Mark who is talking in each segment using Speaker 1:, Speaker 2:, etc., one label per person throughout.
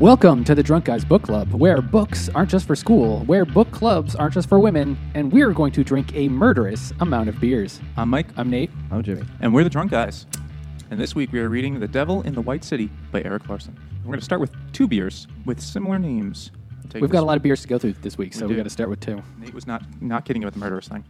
Speaker 1: Welcome to the Drunk Guys Book Club, where books aren't just for school, where book clubs aren't just for women, and we're going to drink a murderous amount of beers.
Speaker 2: I'm Mike.
Speaker 1: I'm Nate.
Speaker 3: I'm Jimmy.
Speaker 2: And we're the Drunk Guys. And this week we are reading The Devil in the White City by Eric Larson. We're going to start with two beers with similar names. I'll take
Speaker 1: We've
Speaker 2: this
Speaker 1: got a
Speaker 2: one.
Speaker 1: lot of beers to go through this week, so we
Speaker 2: do.
Speaker 1: got to start with two.
Speaker 2: Nate was not, not kidding about the murderous thing.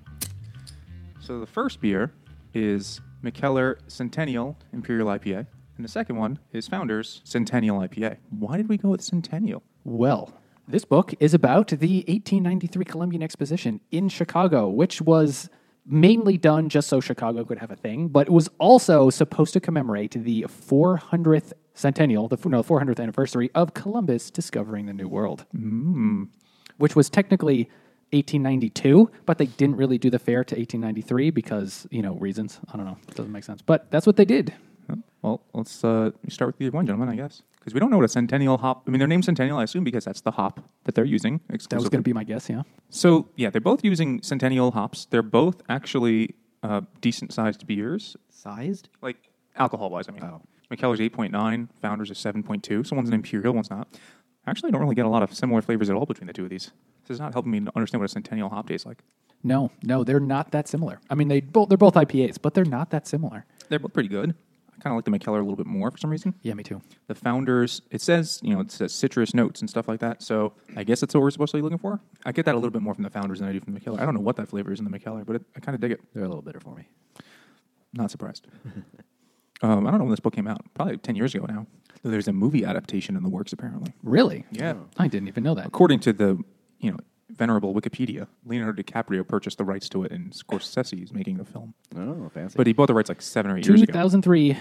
Speaker 2: So the first beer is McKellar Centennial Imperial IPA. And the second one is Founders Centennial IPA. Why did we go with Centennial?
Speaker 1: Well, this book is about the 1893 Columbian Exposition in Chicago, which was mainly done just so Chicago could have a thing, but it was also supposed to commemorate the 400th centennial, the no, 400th anniversary of Columbus discovering the New World, mm. which was technically 1892, but they didn't really do the fair to 1893 because, you know, reasons. I don't know. It doesn't make sense. But that's what they did.
Speaker 2: Huh? Well, let's uh, start with either one, gentlemen, I guess. Because we don't know what a Centennial hop... I mean, they're named Centennial, I assume, because that's the hop that they're using
Speaker 1: That was
Speaker 2: exclusively.
Speaker 1: going to be my guess, yeah.
Speaker 2: So yeah, they're both using Centennial hops. They're both actually uh, decent sized beers,
Speaker 3: Sized?
Speaker 2: like alcohol wise. I mean,
Speaker 3: Oh.
Speaker 2: McKellar's eight point nine, Founders is seven point two. So one's an imperial, one's not. Actually, I don't really get a lot of similar flavors at all between the two of these. This is not helping me to understand what a Centennial hop tastes like.
Speaker 1: No, no, they're not that similar. I mean, they both they're both IPAs, but they're not that similar.
Speaker 2: They're both pretty good. I kind of like the McKellar a little bit more for some reason.
Speaker 1: Yeah, me too.
Speaker 2: The Founders, it says you know it says citrus notes and stuff like that. So I guess that's what we're supposed to be looking for. I get that a little bit more from the Founders than I do from the McKellar. I don't know what that flavor is in the McKellar, but it, I kind of dig it.
Speaker 3: They're a little bitter for me.
Speaker 2: Not surprised. um, I don't know when this book came out. Probably 10 years ago now. Though There's a movie adaptation in the works, apparently.
Speaker 1: Really?
Speaker 2: Yeah.
Speaker 1: I didn't even know that.
Speaker 2: According to the, you know, venerable Wikipedia, Leonardo DiCaprio purchased the rights to it, and Scorsese is making the film.
Speaker 3: Oh, fancy.
Speaker 2: But he bought the rights like seven or eight years ago.
Speaker 1: 2003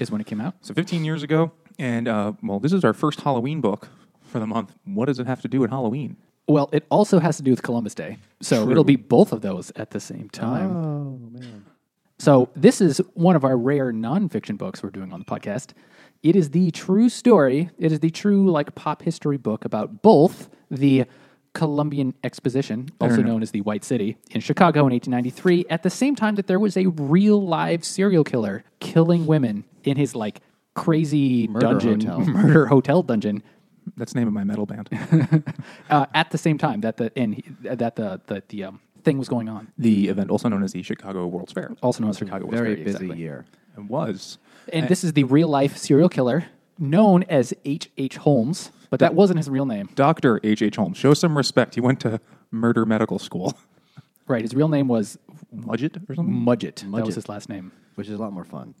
Speaker 1: is when it came out.
Speaker 2: So 15 years ago. And, uh, well, this is our first Halloween book for the month. What does it have to do with Halloween?
Speaker 1: Well, it also has to do with Columbus Day. So it'll be both of those at the same time.
Speaker 3: oh, man.
Speaker 1: So this is one of our rare nonfiction books we're doing on the podcast. It is the true story. It is the true like pop history book about both the Columbian Exposition, also known as the White City, in Chicago in 1893, at the same time that there was a real live serial killer killing women in his like crazy
Speaker 3: Murder
Speaker 1: dungeon,
Speaker 3: hotel.
Speaker 1: murder hotel dungeon.
Speaker 2: That's the name of my metal band.
Speaker 1: Uh, at the same time that the and he- that the the, the um, thing was going on,
Speaker 2: the event, also known as the Chicago World's Fair.
Speaker 1: also known as Chicago was
Speaker 3: Very
Speaker 1: very
Speaker 3: busy year.
Speaker 2: It was.
Speaker 1: And this is the real life serial killer known as H. H. Holmes, but that wasn't his real name.
Speaker 2: Dr. H.H. Holmes. Show some respect. He went to murder medical school.
Speaker 1: Right, his real name was
Speaker 2: Mudgett or something?
Speaker 1: Mudgett. That was
Speaker 3: Mudgett.
Speaker 1: his last name.
Speaker 3: Which is a lot more fun.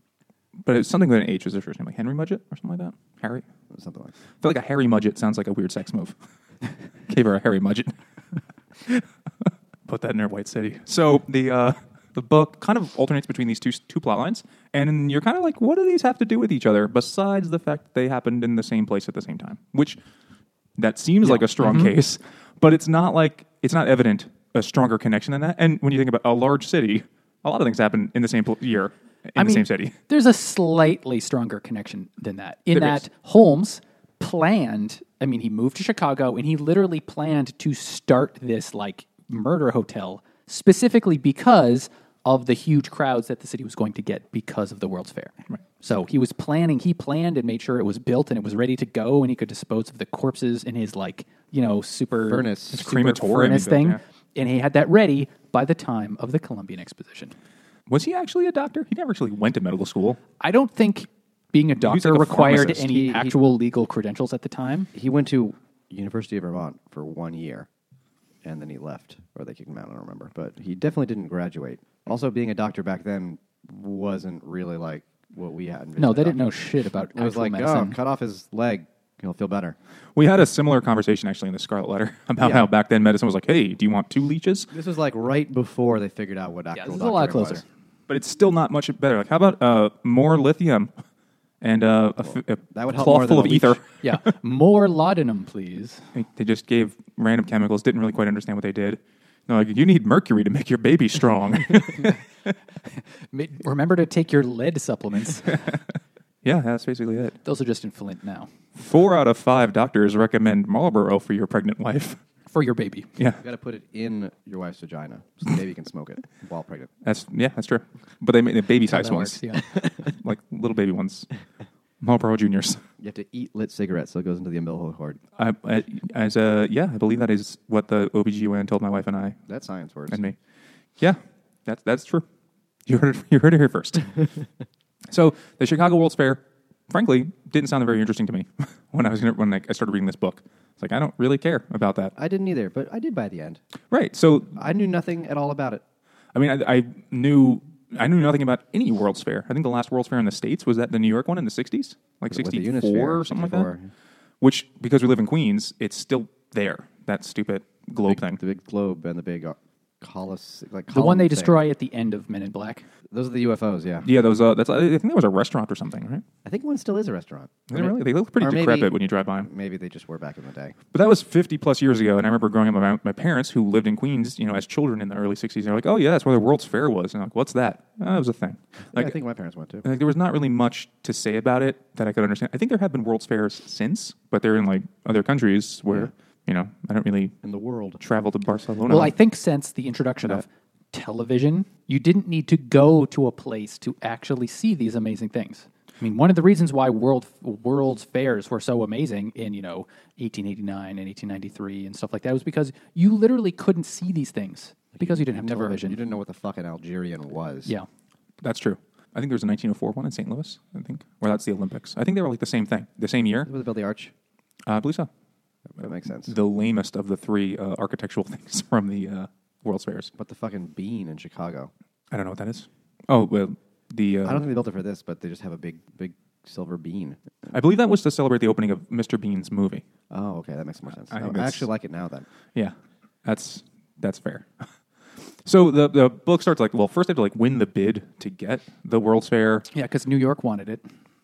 Speaker 2: Mm, But it's something with an H was their first name, like Henry Mudgett or something like that. Harry. I
Speaker 3: Something like that.
Speaker 2: feel like a Harry Mudgett sounds like a weird sex move. Gave her a Harry Mudgett. Put that in her White City. So the uh, the book kind of alternates between these two two plot lines, and you're kind of like, what do these have to do with each other? Besides the fact that they happened in the same place at the same time, which that seems like a strong case, but it's not like it's not evident a stronger connection than that. And when you think about a large city, a lot of things happen in the same pl- year in the same city.
Speaker 1: There's a slightly stronger connection than that. In
Speaker 2: There
Speaker 1: that
Speaker 2: is.
Speaker 1: Holmes planned, I mean, he moved to Chicago and he literally planned to start this like murder hotel specifically because of the huge crowds that the city was going to get because of the World's Fair. So he was planning, he planned and made sure it was built and it was ready to go and he could dispose of the corpses in his like, you know, super
Speaker 3: Furnace.
Speaker 1: super
Speaker 2: Crematorium he
Speaker 1: furnace
Speaker 2: built,
Speaker 1: thing.
Speaker 2: yeah.
Speaker 1: And he had that ready by the time of the Columbian Exposition.
Speaker 2: Was he actually a doctor? He never actually went to medical school.
Speaker 1: I don't think being a doctor
Speaker 2: like, a
Speaker 1: required
Speaker 2: pharmacist.
Speaker 1: any
Speaker 3: He- he-
Speaker 1: actual legal credentials at the time.
Speaker 3: He went to University of Vermont for one year, and then he left, or they kicked him out. I don't remember, but he definitely didn't graduate. Also, being a doctor back then wasn't really like what we had.
Speaker 1: No, they didn't know shit about
Speaker 3: It was
Speaker 1: actual
Speaker 3: like,
Speaker 1: medicine.
Speaker 3: oh, cut off his leg, he'll feel better.
Speaker 2: We had a similar conversation actually in the Scarlet Letter about
Speaker 3: Yeah.
Speaker 2: how back then medicine was like, hey, do you want two leeches?
Speaker 3: This was like right before they figured out what actual
Speaker 1: this is a
Speaker 3: doctor
Speaker 1: lot
Speaker 3: it
Speaker 1: closer.
Speaker 3: was.
Speaker 2: But it's still not much better. Like, how about uh, more lithium and uh, a, f- a
Speaker 3: that would help
Speaker 2: cloth
Speaker 3: more
Speaker 2: full
Speaker 3: than
Speaker 2: of
Speaker 3: a leech.
Speaker 2: ether?
Speaker 1: yeah, more laudanum, please.
Speaker 2: They just gave random chemicals, didn't really quite understand what they did. They're like, you need mercury to make your baby strong.
Speaker 1: Ma- Remember to take your lead supplements.
Speaker 2: yeah, that's basically it.
Speaker 1: Those are just in Flint now
Speaker 2: Four out of five doctors recommend Marlboro for your pregnant wife.
Speaker 1: for your baby.
Speaker 2: Yeah,
Speaker 3: You got to put it in your wife's vagina so the baby can smoke it while pregnant.
Speaker 2: that's yeah, that's true. But they made the baby
Speaker 1: How that
Speaker 2: sized ones.
Speaker 1: works, yeah.
Speaker 2: like little baby ones. Marlboro Juniors.
Speaker 3: You have to eat lit cigarettes, so it goes into the umbilical cord.
Speaker 2: I, I, as a yeah, I believe that is what the OBGYN told my wife and I
Speaker 3: That's science words.
Speaker 2: and me. Yeah, that's that's true. You heard it, you heard it here first. so the Chicago World's Fair, frankly, didn't sound very interesting to me when I was gonna, when I I started reading this book. It's like I don't really care about that.
Speaker 3: I didn't either, but I did by the end.
Speaker 2: Right. So
Speaker 3: I knew nothing at all about it.
Speaker 2: I mean, I, I knew I knew nothing about any World's Fair. I think the last World's Fair in the states was that the New York one in the '60s, like
Speaker 3: Was it the
Speaker 2: '64
Speaker 3: Unis
Speaker 2: or
Speaker 3: Fair?
Speaker 2: something like
Speaker 3: 64,
Speaker 2: that. Which, because we live in Queens, it's still there. That stupid globe thing.
Speaker 3: The big globe and the big uh, collis, like
Speaker 1: The one
Speaker 3: column
Speaker 1: they
Speaker 3: thing.
Speaker 1: destroy at the end of Men in Black.
Speaker 3: Those are the UFOs. Yeah,
Speaker 2: Yeah, those. Uh, that's. I think that was a restaurant or something, right?
Speaker 3: I think one still is a restaurant.
Speaker 2: They, really, they look pretty
Speaker 3: or maybe-
Speaker 2: decrepit when you drive by 'em.
Speaker 3: Maybe they just were back in the day.
Speaker 2: But that was 50 plus years ago, and I remember growing up, my, my parents who lived in Queens, you know, as children in the early 60s, they're like, "Oh yeah, that's where the World's Fair was." And I'm like, "What's that?" Oh, it was a thing.
Speaker 3: Yeah,
Speaker 2: Like,
Speaker 3: I think my parents went to.
Speaker 2: like, there was not really much to say about it that I could understand. I think there have been World's Fairs since, but they're in like other countries where you know I don't really
Speaker 3: In the world,
Speaker 2: travel to Barcelona.
Speaker 1: Well, I think since the introduction of television, you didn't need to go to a place to actually see these amazing things. I mean, one of the reasons why world world's fairs were so amazing in you know 1889 and 1893 and stuff like that was because you literally couldn't see these things because you didn't have
Speaker 3: Never-
Speaker 1: television.
Speaker 3: You didn't know what the fuck an Algerian was.
Speaker 1: yeah,
Speaker 2: that's true. I think there was a 1904 one in St. Louis. I think, or that's the Olympics. I think they were like the same thing, the same year.
Speaker 3: It was about the arch.
Speaker 2: Uh, I believe so.
Speaker 3: That makes sense.
Speaker 2: the lamest of the three uh, architectural things from the uh, World's Fairs.
Speaker 3: but the fucking bean in Chicago.
Speaker 2: I don't know what that is. Oh, well, the uh,
Speaker 3: I
Speaker 2: I,
Speaker 3: don't think they built it for this, but they just have a big, big silver bean.
Speaker 2: uh, believe that was to celebrate the opening of Mr. Bean's movie.
Speaker 3: Oh, okay, that makes more sense.
Speaker 2: I
Speaker 3: I,
Speaker 2: think
Speaker 3: I
Speaker 2: that's-
Speaker 3: actually like it now. Then
Speaker 2: Yeah, that's that's fair. so the the book starts like well, first they have to like win the bid to get the World's Fair
Speaker 1: yeah, because New York wanted it,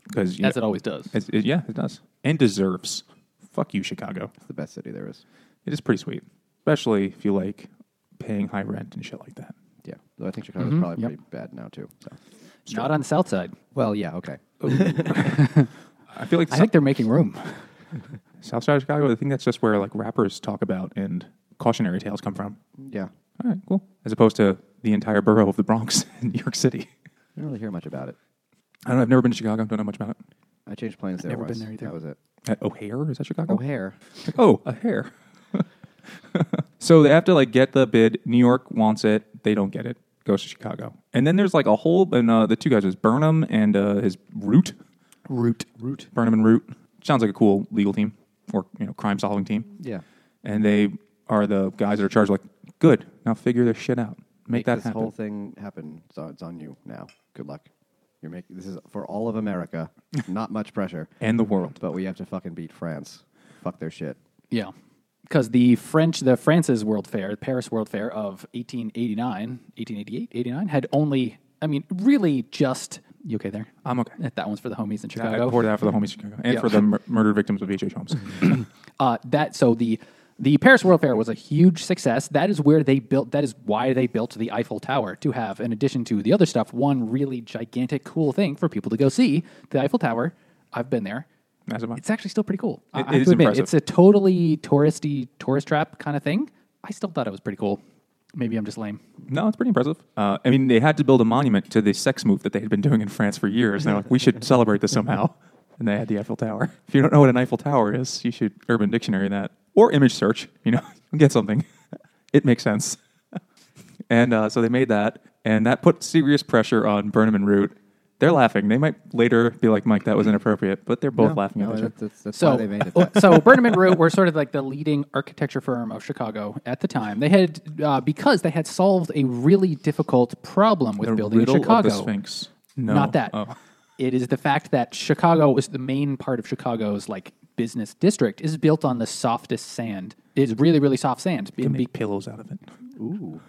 Speaker 2: because
Speaker 1: as it always does.
Speaker 2: yeah it does and deserves. Fuck you, Chicago.
Speaker 3: it's the best city there is.
Speaker 2: It is pretty sweet, especially if you like paying high rent and shit like that.
Speaker 3: Yeah, though I think Chicago's probably
Speaker 1: Mm-hmm. yep.
Speaker 3: pretty bad now too. So.
Speaker 1: Not on the South Side.
Speaker 3: Well, yeah, okay.
Speaker 2: I feel like
Speaker 1: I think they're making room.
Speaker 2: South Side of Chicago. I think that's just where like rappers talk about and cautionary tales come from.
Speaker 3: Yeah,
Speaker 2: All right, cool. As opposed to the entire borough of the Bronx in New York City.
Speaker 3: I don't really hear much about it.
Speaker 2: I don't. I've never been to Chicago. Don't know much about it.
Speaker 3: I changed planes there.
Speaker 1: never
Speaker 3: once.
Speaker 1: been there either.
Speaker 3: That was it.
Speaker 2: At O'Hare is that Chicago?
Speaker 3: O'Hare.
Speaker 2: Like, oh, a hair. so they have to like get the bid. New York wants it. They don't get it. Goes to Chicago, and then there's like a whole and uh, the two guys is Burnham and uh, his Root. Root. Root. Burnham and Root sounds like a cool legal team or you know crime solving team.
Speaker 3: Yeah.
Speaker 2: And they are the guys that are charged. Like, good. Now figure this shit out. Make, that
Speaker 3: this
Speaker 2: happen.
Speaker 3: whole thing happen. So it's on you now. Good luck. You're making this is for all of America. Not much pressure,
Speaker 2: and the world.
Speaker 3: but we have to fucking beat France. Fuck their shit.
Speaker 1: Yeah. Because the French, the France's World Fair, the Paris World Fair of 1889, 1888, 89, had only, I mean, really just, you okay there? Eh,
Speaker 2: I'm okay.
Speaker 1: That one's for the homies in
Speaker 2: I I
Speaker 1: Chicago.
Speaker 2: poured it out for the homies in Chicago and
Speaker 1: Yeah.
Speaker 2: for the mur- murdered victims of H.H. Holmes.
Speaker 1: Uh, that so the the Paris World Fair was a huge success. That is where they built. That is why they built the Eiffel Tower to have, in addition to the other stuff, one really gigantic, cool thing for people to go see. The Eiffel Tower. I've been there.
Speaker 2: As am I.
Speaker 1: It's actually still pretty cool. I-
Speaker 2: It-
Speaker 1: I
Speaker 2: it
Speaker 1: have
Speaker 2: is
Speaker 1: to admit,
Speaker 2: impressive.
Speaker 1: it's a totally touristy tourist trap kind of thing. I still thought it was pretty cool. Maybe I'm just lame.
Speaker 2: No, it's pretty impressive. Uh, I mean, they had to build a monument to the sex move that they had been doing in France for years. And they're like, we should celebrate this somehow. And they had the Eiffel Tower. If you don't know what an Eiffel Tower is, you should Urban Dictionary that or image search. You know, get something. It makes sense. And uh, so they made that, and that put serious pressure on Burnham and Root. They're laughing. They might later be like, "Mike, that was inappropriate," but they're both laughing at
Speaker 3: No,
Speaker 2: each other.
Speaker 3: that- that's, that's
Speaker 1: So, oh.
Speaker 3: why they made it. That.
Speaker 1: so Burnham and Root were sort of like the leading architecture firm of Chicago at the time. They had uh, because they had solved a really difficult problem with
Speaker 2: The
Speaker 1: building in
Speaker 2: riddle
Speaker 1: Chicago.
Speaker 2: of the Sphinx. No,
Speaker 1: Not that.
Speaker 2: Oh.
Speaker 1: It is the fact that Chicago was the main part of Chicago's like business district is built on the softest sand. It's really really soft sand. And be-
Speaker 2: Make pillows out of it.
Speaker 3: Ooh.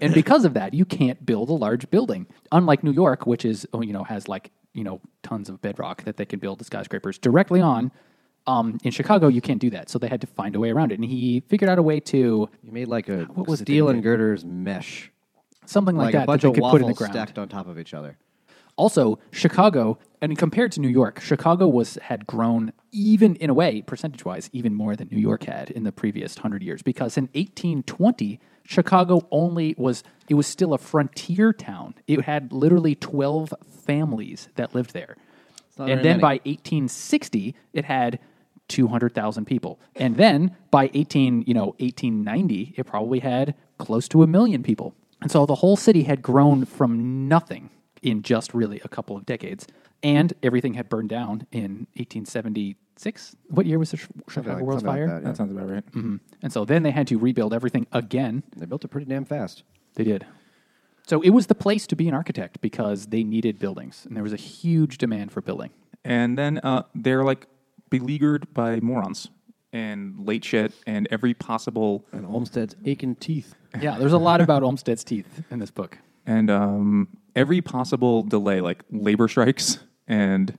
Speaker 1: and because of that, you can't build a large building. Unlike New York, which is oh, you know has like you know tons of bedrock that they can build the skyscrapers directly on. Um, in Chicago, you can't do that, so they had to find a way around it. And he figured out a way to
Speaker 3: You made like a
Speaker 1: was it that
Speaker 3: steel
Speaker 1: you
Speaker 3: and girders mesh,
Speaker 1: something like,
Speaker 3: like,
Speaker 1: that
Speaker 3: a bunch
Speaker 1: that
Speaker 3: of
Speaker 1: they could put in the
Speaker 3: waffles
Speaker 1: ground.
Speaker 3: stacked on top of each other.
Speaker 1: Also, Chicago, and compared to New York, Chicago was had grown even in a way, percentage wise, even more than New York had in the previous hundred years. Because in 1820, Chicago only was it was still a frontier town. It had literally 12 families that lived there.
Speaker 3: not
Speaker 1: and
Speaker 3: very
Speaker 1: then
Speaker 3: many.
Speaker 1: by 1860, it had 200,000 people. And then by 18, you know, 1890, it probably had close to a million people. And so the whole city had grown from nothing in just really a couple of decades. And everything had burned down in 1876. What year was the Sh- Chicago
Speaker 3: like-
Speaker 1: World's
Speaker 3: something
Speaker 1: Fire?
Speaker 3: like that, yeah.
Speaker 2: That sounds about right.
Speaker 1: And so then they had to rebuild everything again.
Speaker 3: They built it pretty damn fast.
Speaker 1: They did. So it was the place to be an architect because they needed buildings and there was a huge demand for building.
Speaker 2: And then uh, they're like beleaguered by morons and late shit and every possible
Speaker 3: And Olmstead's aching teeth.
Speaker 1: Yeah, there's a lot about Olmsted's teeth in this book.
Speaker 2: and um, every possible delay, like labor strikes and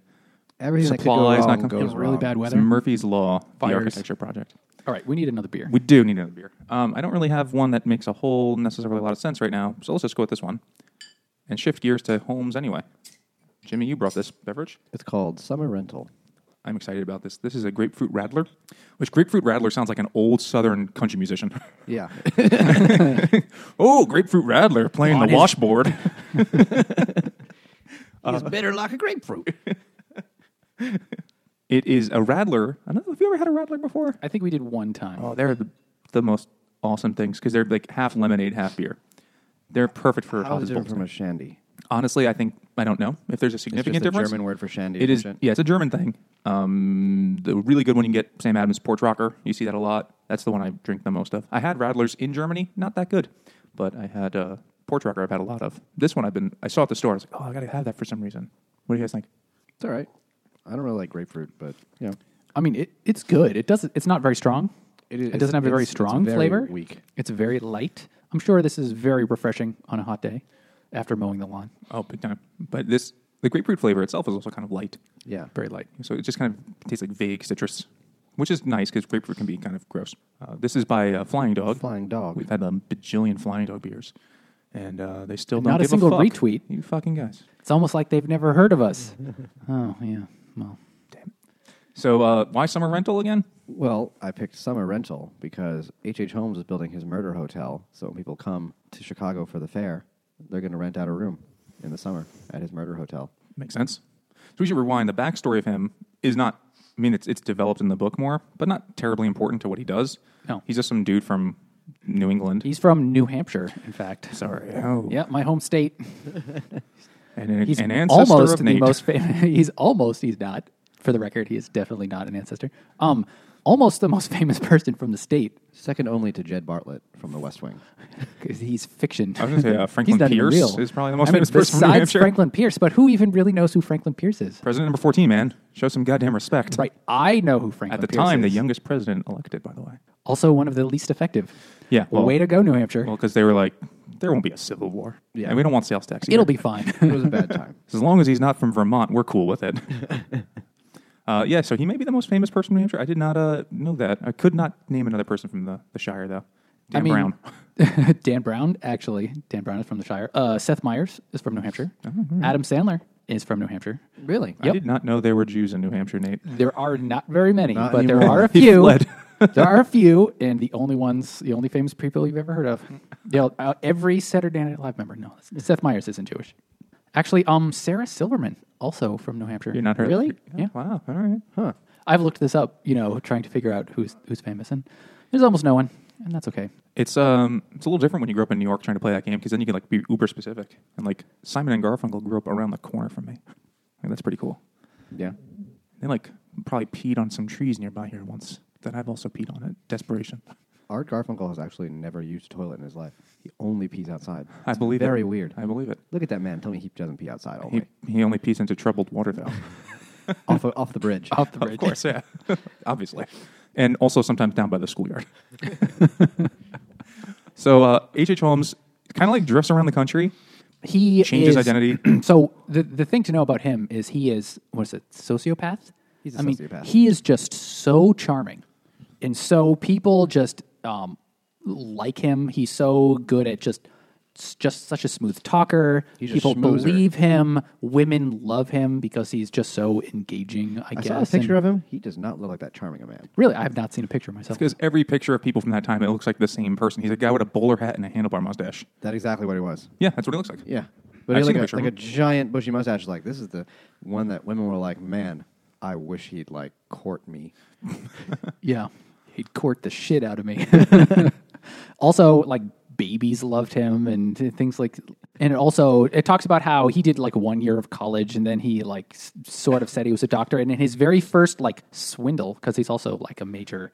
Speaker 3: Everything
Speaker 2: supplies
Speaker 3: that
Speaker 2: not
Speaker 3: could go wrong
Speaker 2: coming.
Speaker 3: goes
Speaker 1: really
Speaker 3: wrong.
Speaker 1: bad
Speaker 2: It's
Speaker 1: weather.
Speaker 2: Murphy's Law,
Speaker 1: Fires.
Speaker 2: the architecture project.
Speaker 1: All right, we need another beer.
Speaker 2: We do need another beer. Um, I don't really have one that makes a whole necessarily a lot of sense right now, so let's just go with this one and shift gears to homes anyway. Jimmy, you brought this beverage.
Speaker 3: It's called Summer Rental.
Speaker 2: I'm excited about this. This is a grapefruit rattler, which grapefruit rattler sounds like an old southern country musician.
Speaker 3: Yeah.
Speaker 2: oh, grapefruit rattler playing
Speaker 1: On
Speaker 2: the
Speaker 1: his-
Speaker 2: washboard.
Speaker 3: He's
Speaker 2: Uh,
Speaker 3: bitter like a grapefruit.
Speaker 2: it is a rattler. I don't know if you ever had a rattler before.
Speaker 1: I think we did one time.
Speaker 2: Oh, they're the, the most awesome things because they're like half lemonade, half beer. They're perfect for
Speaker 3: How
Speaker 2: houses.
Speaker 3: is it different from a shandy?
Speaker 2: Honestly, I think I don't know if there's a
Speaker 3: It's
Speaker 2: significant
Speaker 3: just the
Speaker 2: difference.
Speaker 3: German word for shandy.
Speaker 2: It is,
Speaker 3: isn't
Speaker 2: yeah, it's a German thing. Um, the really good one you can get Sam Adams Porch Rocker. You see that a lot. That's the one I drink the most of. I had Rattlers in Germany, not that good, but I had uh, Porch Rocker. I've had a lot of. This one I've been. I saw at the store. I was like, oh, I gotta have that for some reason. What do you guys think?
Speaker 3: It's all right. I don't really like grapefruit, but you know,
Speaker 1: I mean, it, it's good. It doesn't. It's not very strong.
Speaker 3: It
Speaker 1: It,
Speaker 3: is-
Speaker 1: doesn't have a very
Speaker 3: it's- it's
Speaker 1: strong
Speaker 3: very
Speaker 1: flavor.
Speaker 3: weak.
Speaker 1: It's very light. I'm sure this is very refreshing on a hot day after mowing the lawn.
Speaker 2: Oh, big time. But this, the grapefruit flavor itself is also kind of light,
Speaker 3: yeah.
Speaker 1: Very light.
Speaker 2: so it just kind of tastes like vague citrus, which is nice because grapefruit can be kind of gross. Uh, this is by uh, Flying Dog.
Speaker 3: Flying dog.
Speaker 2: We've had a bajillion Flying Dog beers, and uh, they still
Speaker 1: And
Speaker 2: don't
Speaker 1: not a
Speaker 2: give
Speaker 1: single
Speaker 2: fuck.
Speaker 1: retweet.
Speaker 2: You fucking guys.
Speaker 1: It's almost like they've never heard of us. oh yeah. Well,
Speaker 2: So uh, why summer rental again?
Speaker 3: Well, I picked Summer Rental because H.H. Holmes is building his murder hotel. So when people come to Chicago for the fair, they're going to rent out a room in the summer at his murder hotel.
Speaker 2: Makes sense. So we should rewind. The backstory of him is not. I mean, it's it's developed in the book more, but not terribly important to what he does.
Speaker 1: No.
Speaker 2: he's just some dude from New England.
Speaker 1: he's from New Hampshire, in fact.
Speaker 2: Sorry. Oh,
Speaker 1: Yeah, my home state.
Speaker 2: And an,
Speaker 1: He's
Speaker 2: an ancestor
Speaker 1: almost
Speaker 2: of
Speaker 1: the
Speaker 2: Nate.
Speaker 1: most famous. He's almost. He's not. For the record, he is definitely not an ancestor. Um, almost the most famous person from the state
Speaker 3: Second only to Jed Bartlett from The West Wing.
Speaker 1: because he's fiction.
Speaker 2: I was gonna say, uh,
Speaker 1: He's
Speaker 2: Franklin
Speaker 1: not even
Speaker 2: Pierce
Speaker 1: real.
Speaker 2: is probably the most
Speaker 1: I mean,
Speaker 2: famous person from New
Speaker 1: besides
Speaker 2: Hampshire.
Speaker 1: Franklin Pierce, but who even really knows who Franklin Pierce is?
Speaker 2: President number fourteen, man. Show some goddamn respect.
Speaker 1: Right, I know who Franklin.
Speaker 2: At the
Speaker 1: Pierce
Speaker 2: time, the
Speaker 1: is.
Speaker 2: youngest president elected, by the way.
Speaker 1: also one of the least effective.
Speaker 2: Yeah, well-
Speaker 1: way to go, New Hampshire.
Speaker 2: Well, because they were like, there won't be a civil war.
Speaker 3: Yeah.
Speaker 2: And we don't want sales tax. either.
Speaker 1: It'll be fine.
Speaker 3: It was a bad time.
Speaker 2: As long as he's not from Vermont, we're cool with it. uh, yeah, so he may be the most famous person in New Hampshire. I did not uh, know that. I could not name another person from the, the Shire, though.
Speaker 1: I
Speaker 2: Dan
Speaker 1: mean,
Speaker 2: Brown.
Speaker 1: Dan Brown, actually, Dan Brown is from the Shire. Uh, Seth Meyers is from New Hampshire.
Speaker 2: Oh, hmm.
Speaker 1: Adam Sandler is from New Hampshire.
Speaker 3: Really?
Speaker 2: I did not know there were Jews in New Hampshire, Nate.
Speaker 1: There are not very many,
Speaker 3: Not
Speaker 1: but there
Speaker 3: anymore.
Speaker 1: are a
Speaker 2: He
Speaker 1: few.
Speaker 2: fled.
Speaker 1: there are a few, and the only ones, the only famous people you've ever heard of. You know, uh, every Saturday Night Live member. No, that's- Seth Meyers isn't Jewish. Actually, um, Sarah Silverman, also from New Hampshire.
Speaker 2: You're not heard
Speaker 1: Really? Yeah.
Speaker 2: Wow. All right.
Speaker 3: Huh.
Speaker 1: I've looked this up, you know, trying to figure out who's who's famous, and there's almost no one, and that's okay.
Speaker 2: It's um, it's a little different when you grew up in New York trying to play that game because then you can like be uber specific and like Simon and Garfunkel grew up around the corner from me. Like, that's pretty cool.
Speaker 3: Yeah.
Speaker 2: They like probably peed on some trees nearby here once that I've also peed on at desperation.
Speaker 3: Art Garfunkel has actually never used a toilet in his life. He only pees outside.
Speaker 2: I
Speaker 3: It's
Speaker 2: believe
Speaker 3: very
Speaker 2: it.
Speaker 3: weird.
Speaker 2: I believe it.
Speaker 3: Look at that man. Tell me he doesn't pee outside all the
Speaker 2: He,
Speaker 3: way.
Speaker 2: Oh, he only pees into troubled water though.
Speaker 3: off, off the bridge.
Speaker 1: Off the bridge.
Speaker 2: of course, yeah, obviously, and also sometimes down by the schoolyard. so uh, H. H. Holmes kind of like drifts around the country.
Speaker 1: He
Speaker 2: Changes
Speaker 1: is-
Speaker 2: identity.
Speaker 1: so the the thing to know about him is he is what is it sociopath?
Speaker 3: He's a
Speaker 1: I mean,
Speaker 3: sociopath.
Speaker 1: he is just so charming, and so people just um, like him. He's so good at just s- just such a smooth talker.
Speaker 3: He's a
Speaker 1: people
Speaker 3: schmoozer.
Speaker 1: believe him. Women love him because he's just so engaging. I,
Speaker 3: I
Speaker 1: guess.
Speaker 3: saw a picture of him. He does not look like that charming a man.
Speaker 1: Really, I have not seen a picture myself.
Speaker 2: Because every picture of people from that time, it looks like the same person. He's a guy with a bowler hat and a handlebar mustache.
Speaker 3: That's exactly what he was.
Speaker 2: Yeah, that's what it looks like.
Speaker 3: Yeah. But
Speaker 2: I've
Speaker 3: he had
Speaker 2: seen a
Speaker 3: like, a,
Speaker 2: picture of
Speaker 3: like a
Speaker 2: him.
Speaker 3: giant bushy mustache. Like this is the one that women were like, man, I wish he'd like court me.
Speaker 1: Yeah. He'd court the shit out of me. also, like babies loved him and things like and also it talks about how he did like one year of college and then he like s- sort of said he was a doctor and in his very first like swindle because he's also like a major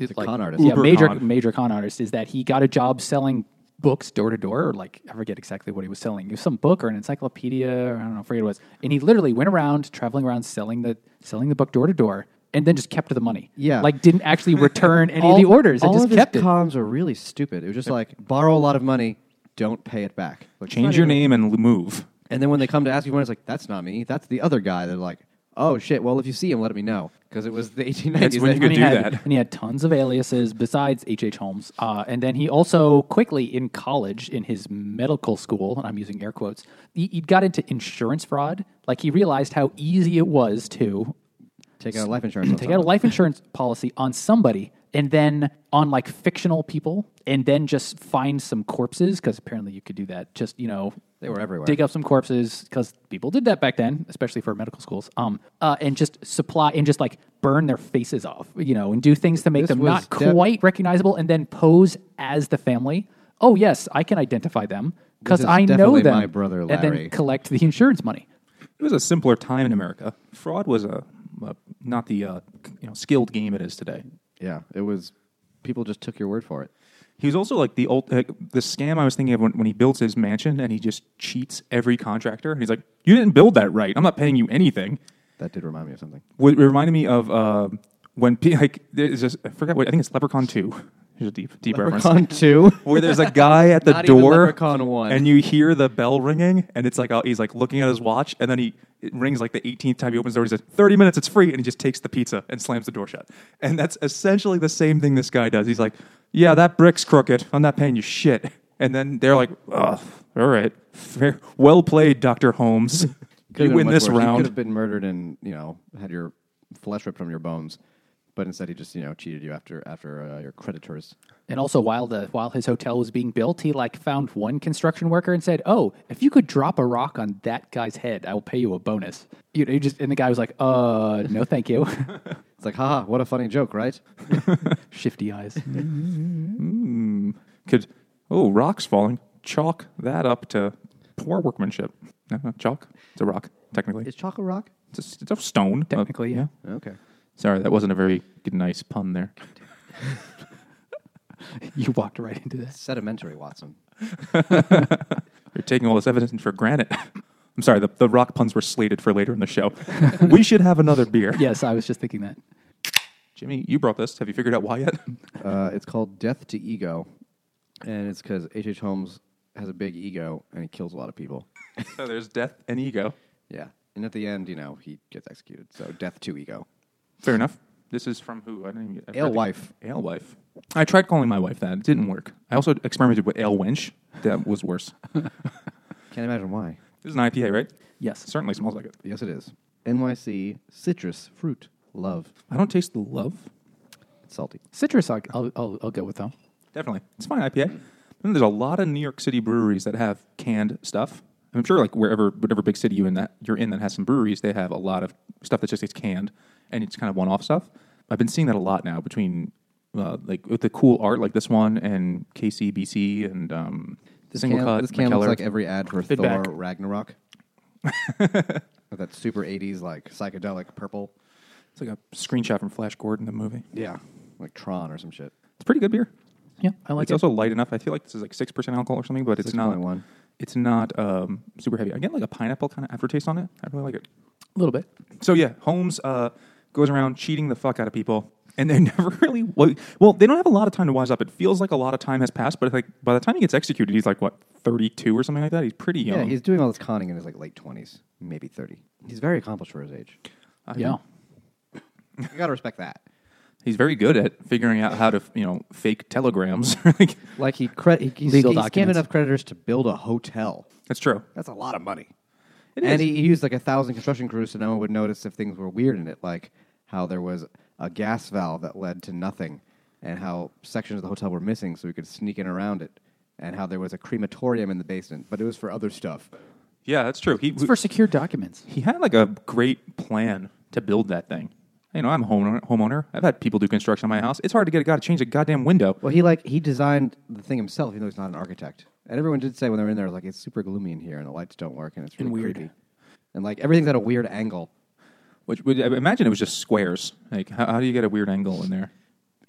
Speaker 3: a con artist.
Speaker 1: yeah
Speaker 2: Uber
Speaker 1: major
Speaker 2: con.
Speaker 1: major con artist is that he got a job selling books door to door or like i forget exactly what he was selling it was some book or an encyclopedia or i don't know I forget what it was and he literally went around traveling around selling the selling the book door to door and then just kept the money
Speaker 3: Yeah.
Speaker 1: like didn't actually return any of
Speaker 3: all-
Speaker 1: the orders and
Speaker 3: all
Speaker 1: just
Speaker 3: of his
Speaker 1: kept it
Speaker 3: cons are really stupid. It was just like borrow a lot of money, don't pay it back. Like, it's
Speaker 2: Change
Speaker 3: not
Speaker 2: your
Speaker 3: even-
Speaker 2: name and l- move.
Speaker 3: And then when they come to ask you, when it's like, that's not me, that's the other guy. They're like, oh shit. Well, if you see him, let me know because it was the 1890s.
Speaker 2: That's when you
Speaker 3: They-
Speaker 2: could
Speaker 1: and he
Speaker 2: do
Speaker 1: had,
Speaker 2: that.
Speaker 1: And he had tons of aliases besides H.H. H. Holmes. Uh, and then he also quickly in college, in his medical school, and I'm using air quotes, he, he got into insurance fraud. Like he realized how easy it was to
Speaker 3: Take out life insurance. on
Speaker 1: take out a
Speaker 3: someone.
Speaker 1: life insurance policy on somebody and then on like fictional people and then just find some corpses because apparently you could do that. Just, you know,
Speaker 3: They were everywhere.
Speaker 1: dig up some corpses because people did that back then, especially for medical schools. Um, uh, and just supply and just like burn their faces off, you know, and do things to make
Speaker 3: This
Speaker 1: them
Speaker 3: was
Speaker 1: not
Speaker 3: def-
Speaker 1: quite recognizable, and then pose as the family. Oh yes, I can identify them because
Speaker 3: This is
Speaker 1: I know
Speaker 3: definitely
Speaker 1: them.
Speaker 3: my brother,
Speaker 1: and then
Speaker 3: Larry.
Speaker 1: collect the insurance money.
Speaker 2: It was a simpler time in America. Fraud was a, a not the uh, you know skilled game it is today.
Speaker 3: Yeah, it was. People just took your word for it.
Speaker 2: He was also like the old uh, the scam I was thinking of when, when he builds his mansion and he just cheats every contractor and he's like, "You didn't build that right. I'm not paying you anything."
Speaker 3: That did remind me of something.
Speaker 2: What- It reminded me of uh, when pe- like there's just I forgot what I think it's Leprechaun Two. Here's a deep deep reference.
Speaker 3: Leprechaun two.
Speaker 2: Where there's a guy at the
Speaker 3: Not even
Speaker 2: door,
Speaker 3: Leprechaun one.
Speaker 2: and you hear the bell ringing, and it's like uh, he's like looking at his watch, and then he it rings like the 18th time he opens the door. He says, "30 minutes, it's free," and he just takes the pizza and slams the door shut. And that's essentially the same thing this guy does. He's like, "Yeah, that brick's crooked. I'm not paying you shit." And then they're like, "Ugh, all right, fair, well played, Doctor Holmes. you win this
Speaker 3: Could
Speaker 2: round."
Speaker 3: have been murdered and you know had your flesh ripped from your bones, but instead he just you know cheated you after after uh, your creditors.
Speaker 1: And also, while the while his hotel was being built, he like found one construction worker and said, "Oh, if you could drop a rock on that guy's head, I will pay you a bonus." You know, you just and the guy was like, "Uh, no, thank you."
Speaker 3: It's like, haha, what a funny joke, right?
Speaker 1: Shifty eyes.
Speaker 2: Could oh rocks falling chalk that up to poor workmanship? No, not chalk. It's a rock technically.
Speaker 3: Is chocolate rock?
Speaker 2: It's a, it's a stone. Uh,
Speaker 1: Technically, yeah.
Speaker 3: Okay.
Speaker 2: Sorry, that wasn't a very good, nice pun there.
Speaker 1: You walked right into this.
Speaker 3: Sedimentary, Watson.
Speaker 2: You're taking all this evidence for granted. I'm sorry, the, the rock puns were slated for later in the show. we should have another beer.
Speaker 1: Yes, I was just thinking that.
Speaker 2: Jimmy, you brought this. Have you figured out why yet?
Speaker 3: Uh, it's called Death to Ego, and it's because H.H. Holmes has a big ego and he kills a lot of people.
Speaker 2: so there's death and ego.
Speaker 3: Yeah. And at the end, you know, he gets executed. So Death to Ego.
Speaker 2: Fair enough. This is from who? I didn't even. I forgot the-
Speaker 3: Alewife.
Speaker 2: Alewife. I tried calling my wife that. It didn't work. I also experimented with ale wench. That was worse. this
Speaker 3: Can't imagine why.
Speaker 2: is an IPA, right?
Speaker 1: Yes.
Speaker 2: certainly smells like it.
Speaker 3: Yes, it is. NYC citrus fruit love.
Speaker 2: I don't taste the love.
Speaker 3: It's salty.
Speaker 1: Citrus, I'll, I'll, I'll, I'll go with though.
Speaker 2: Definitely. It's fine IPA. And there's a lot of New York City breweries that have canned stuff. I'm sure like wherever whatever big city you in that you're in that has some breweries, they have a lot of stuff that just gets canned and it's kind of one off stuff. I've been seeing that a lot now between uh, like with the cool art like this one and KCBC and um, single
Speaker 3: can,
Speaker 2: cut.
Speaker 3: This can looks
Speaker 2: McKellar.
Speaker 3: like every ad for Thor
Speaker 2: Feedback.
Speaker 3: Ragnarok. With that super 80s, like psychedelic purple.
Speaker 2: it's like a screenshot from Flash Gordon the movie.
Speaker 3: Yeah. Like Tron or some shit.
Speaker 2: It's pretty good beer.
Speaker 1: Yeah, I like
Speaker 2: it's
Speaker 1: it.
Speaker 2: also light enough. I feel like this is like six percent alcohol or something, but it's not.
Speaker 3: 6.1.
Speaker 2: It's not um, super heavy. I get like a pineapple kind of aftertaste on it. I really like it.
Speaker 1: a little bit.
Speaker 2: So yeah, Holmes uh, goes around cheating the fuck out of people, and they never really. Well, well, they don't have a lot of time to wise up. It feels like a lot of time has passed, but it's like by the time he gets executed, he's like what thirty-two or something like that. He's pretty young.
Speaker 3: Yeah, he's doing all this conning in his like late 20s, maybe 30. He's very accomplished for his age.
Speaker 2: I mean,
Speaker 1: Yeah.
Speaker 3: You gotta respect that.
Speaker 2: he's very good at figuring out how to you know fake telegrams. Like,
Speaker 3: Like he, cre- he, he,
Speaker 1: Legal
Speaker 3: he scammed
Speaker 1: documents.
Speaker 3: enough creditors to build a hotel.
Speaker 2: that's true.
Speaker 3: That's a lot of money.
Speaker 2: It
Speaker 3: and
Speaker 2: is.
Speaker 3: He, he used like a thousand construction crews, so no one would notice if things were weird in it, like how there was a gas valve that led to nothing, and how sections of the hotel were missing, so we could sneak in around it, and how there was a crematorium in the basement, but it was for other stuff.
Speaker 2: Yeah, that's true. He
Speaker 1: It's for secured documents.
Speaker 2: he had like a great plan to build that thing. You know, I'm a homeowner. homeowner. I've had people do construction on my house. It's hard to get a guy to change a goddamn window.
Speaker 3: Well, he like he designed the thing himself, even though he's not an architect. And everyone did say when they were in there, like it's super gloomy in here, and the lights don't work, and it's really
Speaker 1: And weird.
Speaker 3: creepy. and like everything's at a weird angle.
Speaker 2: Which would I imagine it was just squares. Like, how, how do you get a weird angle in there?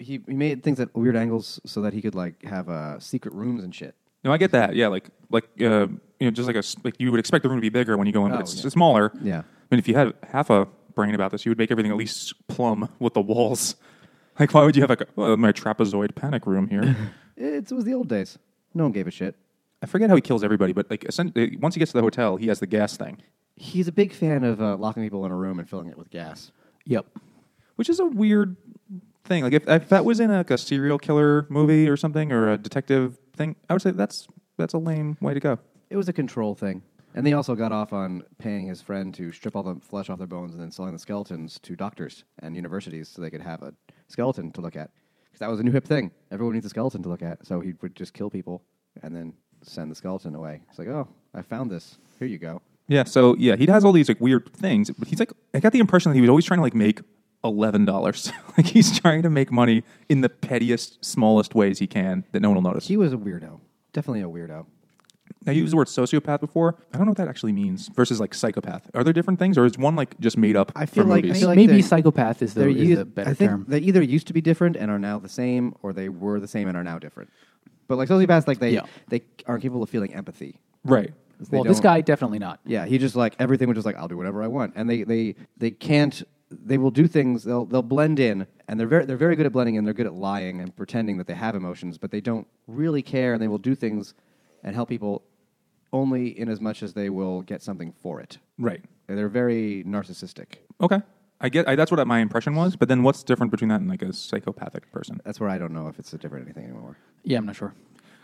Speaker 3: He he made things at weird angles so that he could like have uh, secret rooms and shit.
Speaker 2: No, I get that. Yeah, like like uh, you know, just like a s- like you would expect the room to be bigger when you go in, but
Speaker 3: Oh,
Speaker 2: it's
Speaker 3: yeah.
Speaker 2: smaller.
Speaker 3: Yeah.
Speaker 2: I mean, if you had half a brain about this, you would make everything at least plumb with the walls. Like, why would you have like a, well, my trapezoid panic room here?
Speaker 3: It was the old days. No one gave a shit.
Speaker 2: I forget how he kills everybody, but like essentially, once he gets to the hotel, he has the gas thing,
Speaker 3: He's a big fan of uh, locking people in a room and filling it with gas.
Speaker 1: Yep.
Speaker 2: which is a weird thing. Like if, if that was in like a serial killer movie or something or a detective thing, I would say that's that's a lame way to go.
Speaker 3: It was a control thing. And they also got off on paying his friend to strip all the flesh off their bones and then selling the skeletons to doctors and universities so they could have a skeleton to look at. Because that was a new hip thing. Everyone needs a skeleton to look at. So he would just kill people and then send the skeleton away. It's like, oh, I found this. Here you go.
Speaker 2: Yeah, so yeah, he has all these like weird things, but he's like I got the impression that he was always trying to like make eleven dollars. like he's trying to make money in the pettiest, smallest ways he can that no one will notice.
Speaker 3: He was a weirdo. Definitely a weirdo.
Speaker 2: Now you used the word sociopath before. I don't know what that actually means versus like psychopath. Are there different things or is one like just made up?
Speaker 3: I feel
Speaker 2: for
Speaker 3: like- I
Speaker 2: movies?
Speaker 3: feel like
Speaker 1: Maybe
Speaker 3: they're-
Speaker 1: psychopath is the,
Speaker 3: They're
Speaker 1: is
Speaker 3: eith-
Speaker 1: the better
Speaker 3: I think
Speaker 1: term.
Speaker 3: They either used to be different and are now the same, or they were the same and are now different. But like sociopaths, like they
Speaker 1: Yeah.
Speaker 3: they aren't capable of feeling empathy.
Speaker 2: Right.
Speaker 3: 'Cause they
Speaker 1: well, this
Speaker 3: don't-
Speaker 1: guy definitely not.
Speaker 3: Yeah, he just like everything was just like I'll do whatever I want, and they they they can't. They will do things. They'll they'll blend in, and they're very they're very good at blending in. They're good at lying and pretending that they have emotions, but they don't really care, and they will do things and help people only in as much as they will get something for it.
Speaker 2: Right.
Speaker 3: They're very narcissistic.
Speaker 2: Okay. I get I, that's what my impression was, but then what's different between that and like a psychopathic person?
Speaker 3: That's where I don't know if it's a different anything anymore.
Speaker 1: Yeah, I'm not sure.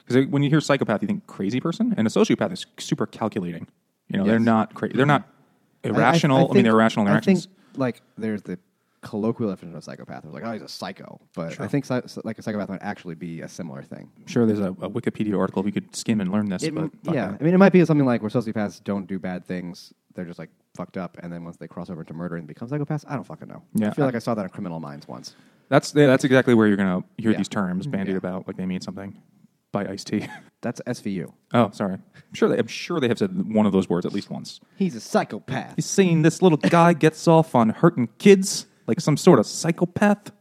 Speaker 2: Because when you hear psychopath, you think crazy person, and a sociopath is super calculating. You know, they're
Speaker 3: Yes.
Speaker 2: not crazy. They're not
Speaker 3: I- I-
Speaker 2: irrational. Mm-hmm. I,
Speaker 3: think-
Speaker 2: mean, they're irrational
Speaker 3: I
Speaker 2: interactions.
Speaker 3: think, like, there's the colloquial definition of psychopath. It's like, oh, he's a psycho. But I think, psy- like, a psychopath might actually be a similar thing.
Speaker 2: sure, there's a, a Wikipedia article we could skim and learn this.
Speaker 3: It-
Speaker 2: but fuck
Speaker 3: yeah.
Speaker 2: that.
Speaker 3: I mean, it might be something like where sociopaths don't do bad things. They're just, like, fucked up. And then once they cross over into murder and become psychopaths, I don't fucking know.
Speaker 2: Yeah,
Speaker 3: I feel
Speaker 2: I-
Speaker 3: like I saw that on Criminal Minds once.
Speaker 2: that's yeah, that's exactly where you're gonna hear
Speaker 3: Yeah.
Speaker 2: these terms bandied
Speaker 3: Yeah.
Speaker 2: about, like they mean something by Ice T.
Speaker 3: That's SVU.
Speaker 2: oh, sorry. I'm sure, they, I'm sure they have said one of those words at least once.
Speaker 3: He's a psychopath.
Speaker 2: He's saying this little guy gets off on hurting kids like some sort of psychopath.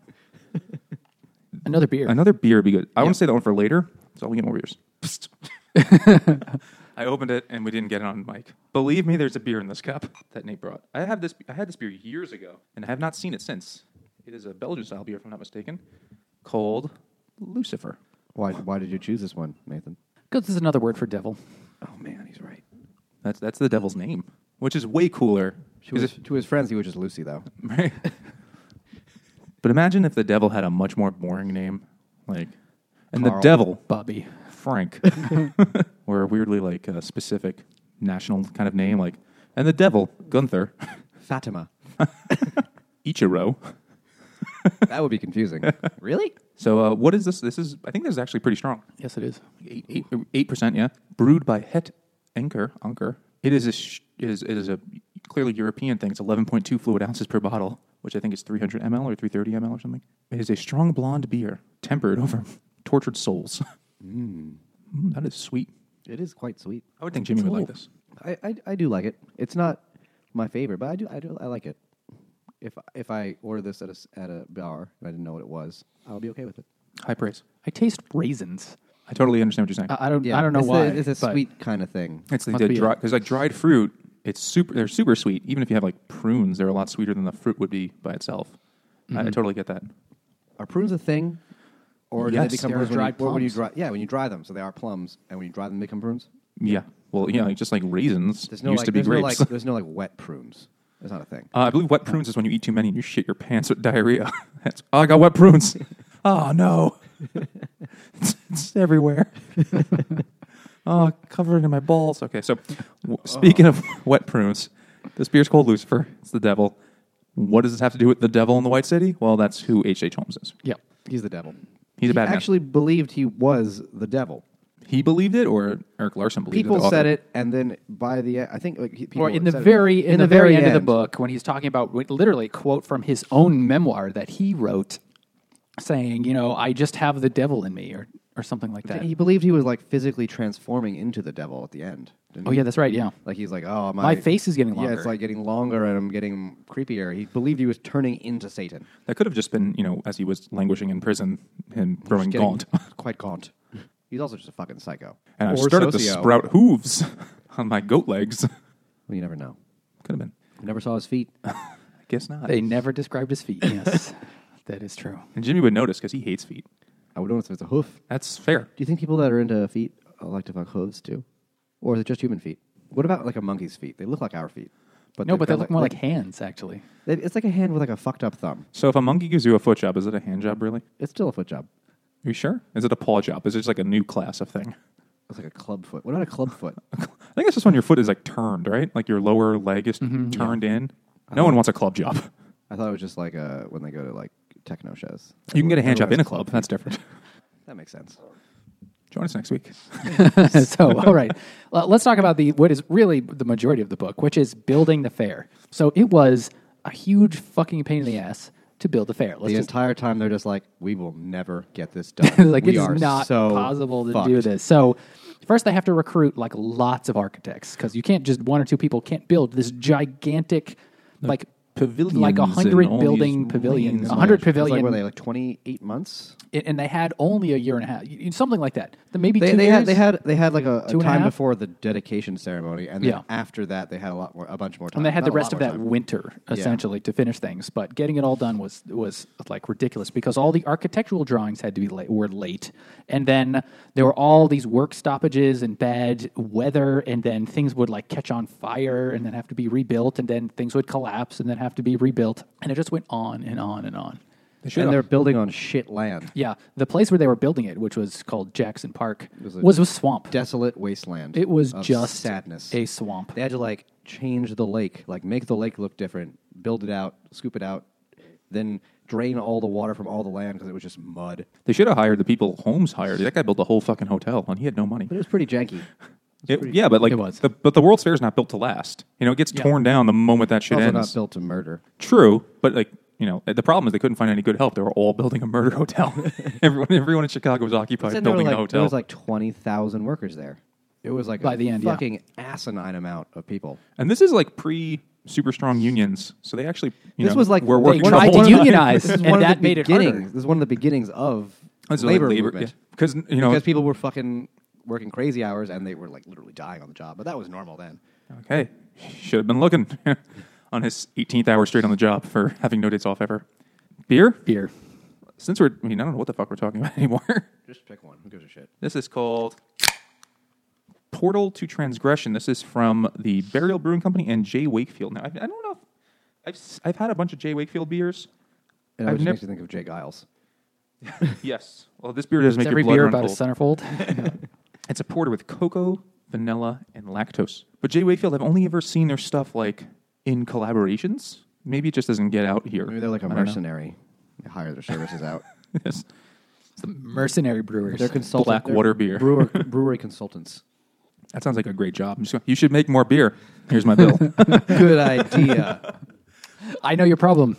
Speaker 1: Another beer.
Speaker 2: Another beer would be good. I want to say that one for later. So we get more beers. Psst. I opened it and we didn't get it on mic. Believe me, there's a beer in this cup that Nate brought. I have this. I had this beer years ago, and I have not seen it since. It is a Belgian style beer, if I'm not mistaken, called Lucifer.
Speaker 3: why, why did you choose this one, Nathan?
Speaker 1: Because this is another word for devil.
Speaker 3: Oh, man, he's right.
Speaker 2: That's that's the devil's name, which is way cooler.
Speaker 3: To his,
Speaker 2: 'Cause
Speaker 3: to his friends, he was just Lucy, though.
Speaker 2: if- but imagine if the devil had a much more boring name, like, and the
Speaker 3: Carl.
Speaker 2: devil
Speaker 1: Bobby.
Speaker 2: Frank, or a weirdly like a specific national kind of name, like and the devil Gunther,
Speaker 3: Fatima.
Speaker 2: Ichiro.
Speaker 3: that would be confusing. really?
Speaker 2: So uh, what is this? This is I think this is actually pretty strong,
Speaker 1: Yes, it is.
Speaker 2: eight eight eight percent. Yeah, brewed by Het Anker Anker. It is a sh- it is it is a clearly European thing. It's eleven point two fluid ounces per bottle, which I think is three hundred ml or three thirty ml or something. It is a strong blonde beer, tempered over tortured souls. Mm, that is sweet.
Speaker 3: It is quite sweet.
Speaker 2: I would think Jimmy would like this.
Speaker 3: I, I, I do like it. It's not my favorite, but I do I do I like it. If if I order this at a s- at a bar and I didn't know what it was, I'll be okay with it.
Speaker 2: High praise.
Speaker 1: I taste raisins.
Speaker 2: I totally understand what you're saying.
Speaker 1: I, I don't. Um, I don't know
Speaker 3: it's
Speaker 1: why.
Speaker 3: A, it's a
Speaker 1: but-
Speaker 3: sweet kind of thing.
Speaker 2: It's like
Speaker 1: Must
Speaker 2: the
Speaker 1: be
Speaker 2: dry
Speaker 1: it.
Speaker 2: because like dried fruit, it's super. They're super sweet. Even if you have like prunes, they're a lot sweeter than the fruit would be by itself. I, I
Speaker 3: Mm-hmm.
Speaker 2: totally get that.
Speaker 3: Are prunes a thing, or
Speaker 2: Yes,
Speaker 3: do they become
Speaker 1: they're
Speaker 3: prunes when you,
Speaker 1: dried
Speaker 3: or when you dry?
Speaker 1: plums.
Speaker 3: Yeah, when you dry them, so they are plums, and when you dry them, they become prunes.
Speaker 2: Yeah. Well, yeah, like, just like raisins
Speaker 3: There's no
Speaker 2: used
Speaker 3: like,
Speaker 2: to be
Speaker 3: there's No,
Speaker 2: grapes.
Speaker 3: like, there's no like wet prunes. That's not a thing.
Speaker 2: uh, I believe wet prunes is when you eat too many and you shit your pants with diarrhea. That's, oh, I got wet prunes. oh no, it's, it's everywhere. oh, covered in my balls. Okay, so w- speaking of wet prunes, this beer's called Lucifer. It's the devil. What does this have to do with the devil in the White City? Well, that's who H. H. Holmes is.
Speaker 1: Yep.
Speaker 3: He's the devil.
Speaker 2: He's a
Speaker 3: he
Speaker 2: bad man.
Speaker 3: actually believed he was the devil.
Speaker 2: he believed it or Eric Larson believed it.
Speaker 3: People
Speaker 2: the author?
Speaker 3: said it, and then by the end, I think like, he- people
Speaker 1: or in the
Speaker 3: said it-
Speaker 1: very in, the, very end, of the book when he's talking about wi- literally a quote from his own memoir that he wrote saying you know i just have the devil in me or or something like that
Speaker 3: he believed he was like physically transforming into the devil at the end. didn't
Speaker 1: oh
Speaker 3: he?
Speaker 1: yeah that's right yeah
Speaker 3: Like he's like, oh my,
Speaker 1: My face is getting
Speaker 3: Yeah,
Speaker 1: longer.
Speaker 3: it's like getting longer, and I'm getting creepier. He believed he was turning into Satan.
Speaker 2: That could have just been, you know, as he was languishing in prison, him growing
Speaker 3: He's getting
Speaker 2: gaunt.
Speaker 3: quite gaunt. He's also just a fucking psycho.
Speaker 2: And I
Speaker 3: Or
Speaker 2: started to
Speaker 3: socio.
Speaker 2: sprout hooves on my goat legs. could
Speaker 3: Well, you never know.
Speaker 2: have been.
Speaker 3: You never saw his feet.
Speaker 2: I guess not.
Speaker 1: they never described his feet yes that is true
Speaker 2: And Jimmy would notice because he hates feet.
Speaker 3: I would notice if it's a hoof.
Speaker 2: That's fair.
Speaker 3: Do you think people that are into feet uh, like to fuck hooves too, or is it just human feet? What about like a monkey's feet? They look like our feet, but
Speaker 1: no
Speaker 3: they've
Speaker 1: but they
Speaker 3: got,
Speaker 1: look more like hands actually
Speaker 3: they- it's like a hand with like a fucked up thumb.
Speaker 2: So if a monkey gives you a foot job, is it a hand job really?
Speaker 3: It's still a foot job.
Speaker 2: Are you sure? Is it a paw job? Is it just like a new class of thing?
Speaker 3: It's like a club foot. What about a club foot?
Speaker 2: I think it's just when your foot is like turned, right? Like your lower leg is turned in. No one wants a club job.
Speaker 3: I thought it was just like uh, when they go to like techno shows.
Speaker 2: You can get a hand job
Speaker 3: Everyone
Speaker 2: in a
Speaker 3: has
Speaker 2: club. That's different.
Speaker 3: That makes sense.
Speaker 2: Join us next week.
Speaker 1: so all right Well, let's talk about the what is really the majority of the book which is building the fair so it was a huge fucking pain in the ass to build the fair let's
Speaker 3: The
Speaker 1: just
Speaker 3: entire time they're just like, we will never get this done.
Speaker 1: like
Speaker 3: we
Speaker 1: it's
Speaker 3: are
Speaker 1: not
Speaker 3: so
Speaker 1: possible to
Speaker 3: fucked.
Speaker 1: do this. So first they have to recruit like lots of architects because you can't just one or two people can't build this gigantic like
Speaker 2: pavilions
Speaker 1: like a hundred
Speaker 2: and all
Speaker 1: building
Speaker 2: these
Speaker 1: pavilion,
Speaker 2: lanes
Speaker 1: a
Speaker 2: and
Speaker 1: hundred
Speaker 3: It was
Speaker 1: pavilion,
Speaker 3: Like, were they like twenty eight months?
Speaker 1: and- and they had only a year and a half, y- something like that. Then Maybe
Speaker 3: They,
Speaker 1: two
Speaker 3: they
Speaker 1: years.
Speaker 3: had they had they had like a, a
Speaker 1: Two and a
Speaker 3: time
Speaker 1: half?
Speaker 3: before the dedication ceremony, and then
Speaker 1: Yeah.
Speaker 3: after that they had a lot more, a bunch more time.
Speaker 1: and they had
Speaker 3: Not
Speaker 1: the
Speaker 3: a
Speaker 1: rest of
Speaker 3: lot more
Speaker 1: that
Speaker 3: time.
Speaker 1: winter essentially to finish things. But getting it all done was was like ridiculous because all the architectural drawings had to be late, were late, and then there were all these work stoppages and bad weather, and then things would like catch on fire and then have to be rebuilt, and then things would collapse and then have to be rebuilt, and it just went on and on and on.
Speaker 2: They should
Speaker 3: and they're
Speaker 2: have.
Speaker 3: building on shit land,
Speaker 1: Yeah, the place where they were building it, which was called Jackson Park, was
Speaker 3: a-
Speaker 1: a, was, swamp.
Speaker 3: desolate wasteland.
Speaker 1: It was
Speaker 3: of
Speaker 1: just
Speaker 3: sadness.
Speaker 1: a swamp.
Speaker 3: They had to like change the lake, like make the lake look different, build it out, scoop it out, then drain all the water from all the land because it was just mud.
Speaker 2: They should have hired the people Holmes hired. That guy built the whole fucking hotel, and he had no money.
Speaker 3: But it was pretty janky.
Speaker 2: It- yeah, but like,
Speaker 1: It was.
Speaker 2: The, but the World's Fair is not built to last. You know, it gets torn down the moment that
Speaker 3: It's
Speaker 2: shit
Speaker 3: also
Speaker 2: ends.
Speaker 3: not built to murder.
Speaker 2: True, but like you know, the problem is they couldn't find any good help. They were all building a murder hotel. everyone, everyone in Chicago was occupied
Speaker 3: Said there were
Speaker 2: building
Speaker 3: like,
Speaker 2: a hotel.
Speaker 3: There was like twenty thousand workers there. It was like
Speaker 1: By
Speaker 3: a
Speaker 1: the end, yeah.
Speaker 3: fucking asinine amount of people.
Speaker 2: and this is like pre super strong unions, so they actually you
Speaker 3: This
Speaker 2: know,
Speaker 3: was like
Speaker 2: were
Speaker 3: they
Speaker 2: working
Speaker 3: tried
Speaker 2: the
Speaker 1: Tried
Speaker 2: whole
Speaker 1: to
Speaker 2: time.
Speaker 1: unionize,
Speaker 3: This is
Speaker 1: and
Speaker 3: one of
Speaker 1: that
Speaker 3: the
Speaker 1: made it
Speaker 3: beginnings.
Speaker 1: harder.
Speaker 3: This is one of the beginnings of
Speaker 2: That's like
Speaker 3: labor, movement
Speaker 2: because you know
Speaker 3: because people were fucking working crazy hours and they were like literally dying on the job. But that was normal then.
Speaker 2: Okay, should have been looking on his 18th hour straight on the job for having no dates off ever. Beer?
Speaker 1: Beer.
Speaker 2: Since we're, I mean, I don't know what the fuck we're talking about anymore.
Speaker 3: Just pick one. Who gives a shit?
Speaker 2: This is called Portal to Transgression. This is from the Burial Brewing Company and Jay Wakefield. Now, I, I don't know if I've, s- I've had a bunch of Jay Wakefield beers.
Speaker 3: It always
Speaker 2: I've
Speaker 3: just
Speaker 2: nev-
Speaker 3: makes you think of Jay Giles.
Speaker 2: Yes. Well, this beer does
Speaker 1: Is
Speaker 2: make
Speaker 1: every
Speaker 2: your blood
Speaker 1: beer
Speaker 2: run
Speaker 1: about a
Speaker 2: cold.
Speaker 1: centerfold?
Speaker 2: It's a porter with cocoa, vanilla, and lactose. But Jay Wakefield, I've only ever seen their stuff like in collaborations. Maybe it just doesn't get out here.
Speaker 3: Maybe they're like a
Speaker 2: I don't know.
Speaker 3: mercenary. They hire their services out.
Speaker 2: Yes.
Speaker 1: mercenary brewers.
Speaker 3: they're consultants.
Speaker 2: Black water beer.
Speaker 3: Brewer, brewery consultants.
Speaker 2: That sounds like a great job. I'm just gonna- you should make more beer. Here's my bill.
Speaker 3: Good idea.
Speaker 1: I know your problem.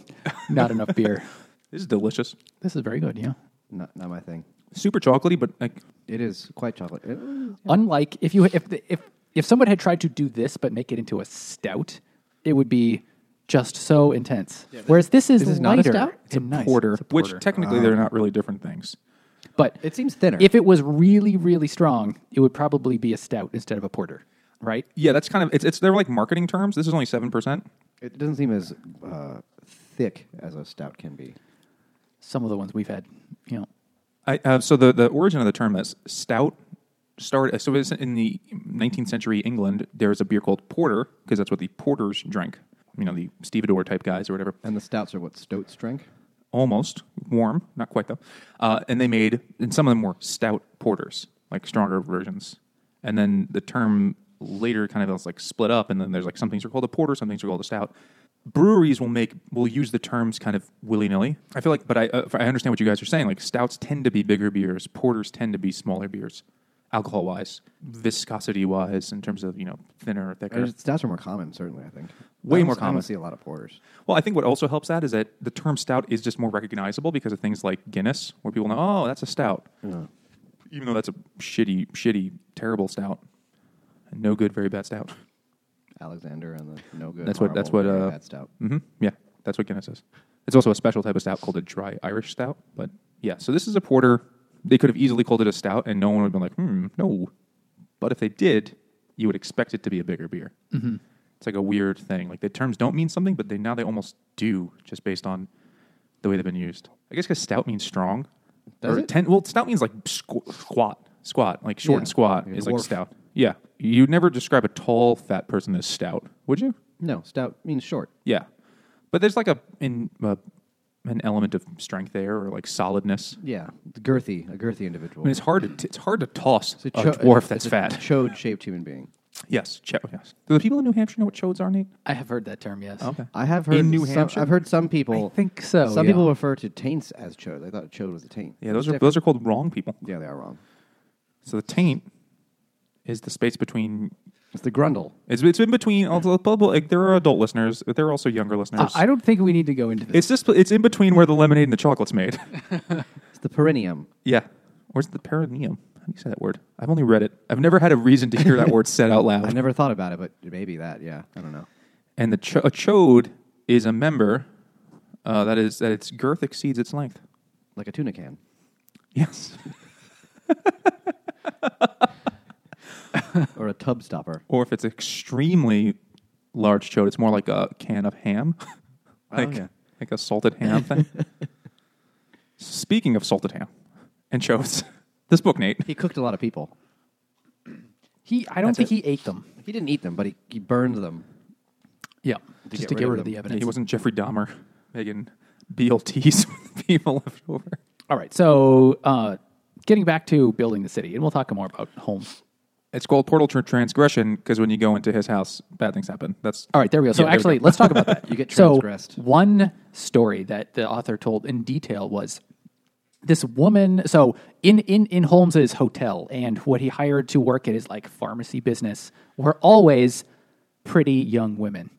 Speaker 1: Not enough beer.
Speaker 2: this is delicious.
Speaker 1: This is very good. Yeah.
Speaker 3: not, not my thing.
Speaker 2: Super chocolatey, but like
Speaker 3: It is quite chocolate. It-
Speaker 1: Unlike if you if the- if if someone had tried to do this but make it into a stout, it would be just so intense. Whereas this is,
Speaker 3: this is
Speaker 1: lighter
Speaker 3: not a stout?
Speaker 1: It's a nice.
Speaker 2: porter,
Speaker 1: It's a
Speaker 2: which
Speaker 1: porter. Uh-huh.
Speaker 2: technically they're not really different things.
Speaker 1: but
Speaker 3: It seems thinner.
Speaker 1: if it was really really strong, it would probably be a stout instead of a porter, right?
Speaker 2: Yeah, that's kind of it's it's they're like marketing terms. This is only seven percent.
Speaker 3: It doesn't seem as uh, thick as a stout can be.
Speaker 1: Some of the ones we've had, you know.
Speaker 2: I, uh, so the, the origin of the term is stout started. So it's in the 19th century England, there was a beer called porter because that's what the porters drank. You know, the stevedore type guys or whatever.
Speaker 3: And the stouts are what stoats drink.
Speaker 2: Almost warm, not quite though. Uh, and they made, and some of them were stout porters, like stronger versions. And then the term later kind of is like split up. And then there's like some things are called a porter, some things are called a stout. Breweries will make will use the terms kind of willy nilly. I feel like, but I uh, I understand what you guys are saying. Like stouts tend to be bigger beers, porters tend to be smaller beers. alcohol wise, viscosity wise, in terms of you know thinner or thicker.
Speaker 3: Or Stouts are more common, certainly. I think
Speaker 2: Way
Speaker 3: I don't-
Speaker 2: more
Speaker 3: I
Speaker 2: common.
Speaker 3: don't see a lot of porters.
Speaker 2: Well, I think what also helps that is that the term stout is just more recognizable because of things like Guinness, where people know, oh, that's a stout, even though that's a shitty, shitty, terrible stout, no good, very bad stout.
Speaker 3: Alexander and the no good.
Speaker 2: That's what- that's
Speaker 3: horrible,
Speaker 2: what,
Speaker 3: very
Speaker 2: uh,
Speaker 3: bad stout.
Speaker 2: hmm Yeah, that's what Guinness is. It's also a special type of stout called a dry Irish stout. But yeah, so this is a porter. They could have easily called it a stout, and no one would have been like, hmm, no. But if they did, you would expect it to be a bigger beer. Mm-hmm. It's like a weird thing. Like the terms don't mean something, but they now they almost do just based on the way they've been used. I guess because stout means strong.
Speaker 3: Does
Speaker 2: or
Speaker 3: it?
Speaker 2: Ten, well, stout means like squ- squat, squat, like short
Speaker 3: Yeah.
Speaker 2: and squat
Speaker 3: Like a
Speaker 2: is like
Speaker 3: dwarf.
Speaker 2: stout. Yeah, you'd never describe a tall, fat person as stout, would you?
Speaker 3: No, stout means short.
Speaker 2: Yeah, but there's like a in uh, an element of strength there, or like solidness.
Speaker 3: Yeah, girthy, a girthy
Speaker 2: I
Speaker 3: individual.
Speaker 2: mean, it's hard to t- it's hard to toss
Speaker 3: It's
Speaker 2: a,
Speaker 3: cho-
Speaker 2: dwarf that's
Speaker 3: it's a
Speaker 2: fat.
Speaker 3: chode-shaped human being.
Speaker 2: yes, cho- yes. Do the people in New Hampshire know what chodes are, Nate?
Speaker 1: I have heard that term, yes.
Speaker 2: Okay.
Speaker 3: I have heard
Speaker 2: in New
Speaker 3: some,
Speaker 2: Hampshire.
Speaker 3: I've heard some people
Speaker 1: I think so,
Speaker 3: Some
Speaker 1: yeah.
Speaker 3: people refer to taints as chode. They thought a chode was a taint.
Speaker 2: yeah, those
Speaker 3: It's
Speaker 2: are
Speaker 3: different.
Speaker 2: those are called wrong people.
Speaker 3: Yeah, they are wrong.
Speaker 2: So the taint is the space between.
Speaker 3: It's the grundle.
Speaker 2: It's, it's in between. although People, like, there are adult listeners, but there are also younger listeners.
Speaker 1: I, I don't think we need to go into this.
Speaker 2: it's just it's in between where the lemonade and the chocolate's made.
Speaker 3: It's the perineum.
Speaker 2: yeah. Where's the perineum? How do you say that word? I've only read it. I've never had a reason to hear that word said out loud.
Speaker 3: I never thought about it, but maybe that. Yeah, I don't know.
Speaker 2: and the cho- a chode is a member uh, that is that its girth exceeds its length.
Speaker 3: Like a tuna can.
Speaker 2: Yes,
Speaker 3: or a tub stopper.
Speaker 2: or if it's extremely large chode, it's more like a can of ham,
Speaker 1: Oh,
Speaker 2: like
Speaker 3: yeah.
Speaker 2: like a salted ham thing. Speaking of salted ham and chodes, this book, Nate,
Speaker 3: He cooked a lot of people.
Speaker 1: He, I don't think he ate them.
Speaker 3: He didn't eat them, but he, he burned them.
Speaker 1: Yeah. Just to get rid of, the
Speaker 3: them.
Speaker 1: evidence.
Speaker 2: he wasn't Jeffrey Dahmer making BLTs with people left over.
Speaker 1: All right. So, uh, getting back to building the city, and we'll talk more about homes.
Speaker 2: It's called Portal to Transgression because when you go into his house, bad things happen. That's
Speaker 1: All right, there we go. So
Speaker 2: Yeah, there we
Speaker 1: actually,
Speaker 2: go.
Speaker 1: let's talk about that.
Speaker 3: You get transgressed.
Speaker 1: So one story that the author told in detail was this woman. So in in in Holmes's hotel and what he hired to work at his like pharmacy business were always pretty young women.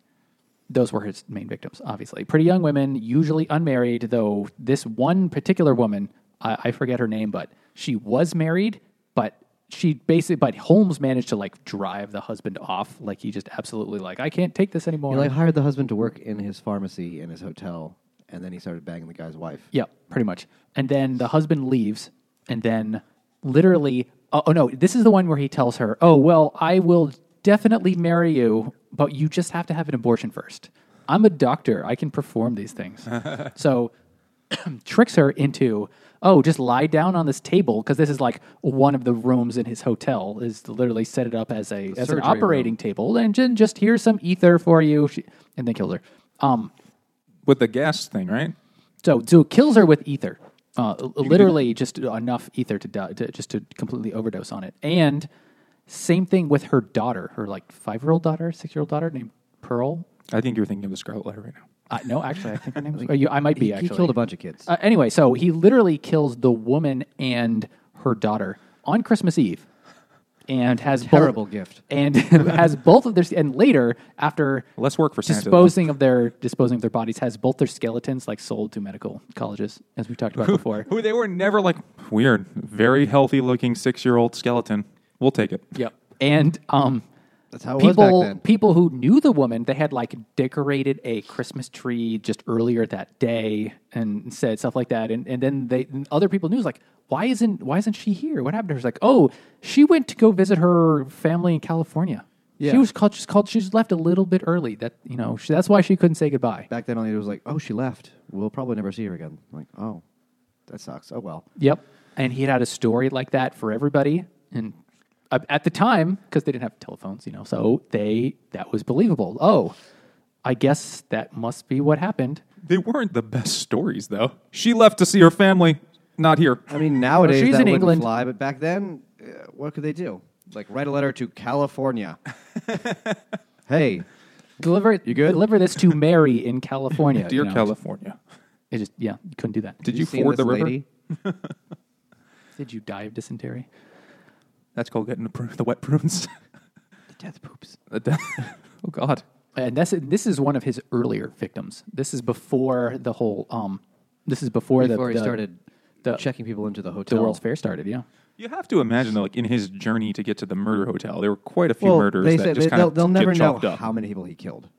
Speaker 1: Those were his main victims, obviously. Pretty young women, usually unmarried. Though this one particular woman, I, I forget her name, but she was married, but she basically but holmes managed to like drive the husband off like he just absolutely like i can't take this anymore
Speaker 3: He like hired the husband to work in his pharmacy in his hotel, and then he started banging the guy's wife.
Speaker 1: yeah pretty much and then the husband leaves and then literally oh, oh no this is the one where he tells her oh well i will definitely marry you but you just have to have an abortion first i'm a doctor i can perform these things so tricks her into oh just lie down on this table because this is like one of the rooms in his hotel is to literally set it up as a as an
Speaker 3: surgery
Speaker 1: operating table and ju- just here's some ether for you she, and then kills her um
Speaker 2: with the gas thing, right?
Speaker 1: so so it kills her with ether uh, l- literally just enough ether to, die, to just to completely overdose on it and same thing with her daughter her like five year old daughter six year old daughter named pearl
Speaker 2: I think you're thinking of the Scarlet Letter right now.
Speaker 1: uh, no actually i think her name was, or you, i might be
Speaker 3: He, he
Speaker 1: actually
Speaker 3: killed a bunch of kids.
Speaker 1: Uh, anyway, so he literally kills the woman and her daughter on Christmas Eve, and has both-
Speaker 3: Terrible gift.
Speaker 1: and has both of their and later after
Speaker 2: Less work for Santa. though.
Speaker 1: disposing of their disposing of their bodies has both their skeletons like sold to medical colleges as we've talked about before.
Speaker 2: Who they were never like weird, very healthy looking six year old skeleton. We'll take it.
Speaker 1: Yep, and um.
Speaker 3: That's how it was
Speaker 1: people,
Speaker 3: back then.
Speaker 1: people who knew the woman, they had like decorated a Christmas tree just earlier that day and said stuff like that. And, and then they and other people knew it was like, why isn't why isn't she here? What happened to her? It's like, oh, she went to go visit her family in California.
Speaker 3: Yeah.
Speaker 1: She was called just called. She's left a little bit early. That you know she, that's why she couldn't say goodbye.
Speaker 3: back then, only it was like, oh, she left. We'll probably never see her again. Like, oh, that sucks. Oh well.
Speaker 1: Yep. And he had had a story like that for everybody. And uh, at the time, because they didn't have telephones, you know, so they that was believable. Oh, I guess that must be what happened.
Speaker 2: They weren't the best stories though. She left to see her family. Not here.
Speaker 3: I mean, nowadays
Speaker 1: she's
Speaker 3: that
Speaker 1: in
Speaker 3: wouldn't
Speaker 1: England.
Speaker 3: fly, but back then, uh, what could they do? Like write a letter to California. hey,
Speaker 1: Deliver
Speaker 3: You good?
Speaker 1: Deliver this to Mary in California.
Speaker 2: Dear
Speaker 1: you know.
Speaker 2: California.
Speaker 1: It just yeah, you couldn't do that.
Speaker 2: Did
Speaker 3: have
Speaker 2: you
Speaker 3: seen
Speaker 2: ford
Speaker 3: this
Speaker 2: the river?
Speaker 3: lady?
Speaker 1: Did you die of dysentery?
Speaker 2: That's called getting the, prune, the wet prunes.
Speaker 3: The death poops.
Speaker 2: The death- oh God.
Speaker 1: and that's this is one of his earlier victims. This is before the whole. Um, this is before, the-
Speaker 3: Before he
Speaker 1: the,
Speaker 3: started
Speaker 1: the-
Speaker 3: checking people into the hotel.
Speaker 1: the World's Fair started. Yeah,
Speaker 2: You have to imagine though, like in his journey to get to the murder hotel, there were quite a few
Speaker 3: Well,
Speaker 2: murders
Speaker 3: they
Speaker 2: that
Speaker 3: said
Speaker 2: just
Speaker 3: they,
Speaker 2: kind
Speaker 3: will
Speaker 2: of
Speaker 3: they'll
Speaker 2: get
Speaker 3: never know
Speaker 2: chalked up.
Speaker 3: how many people he killed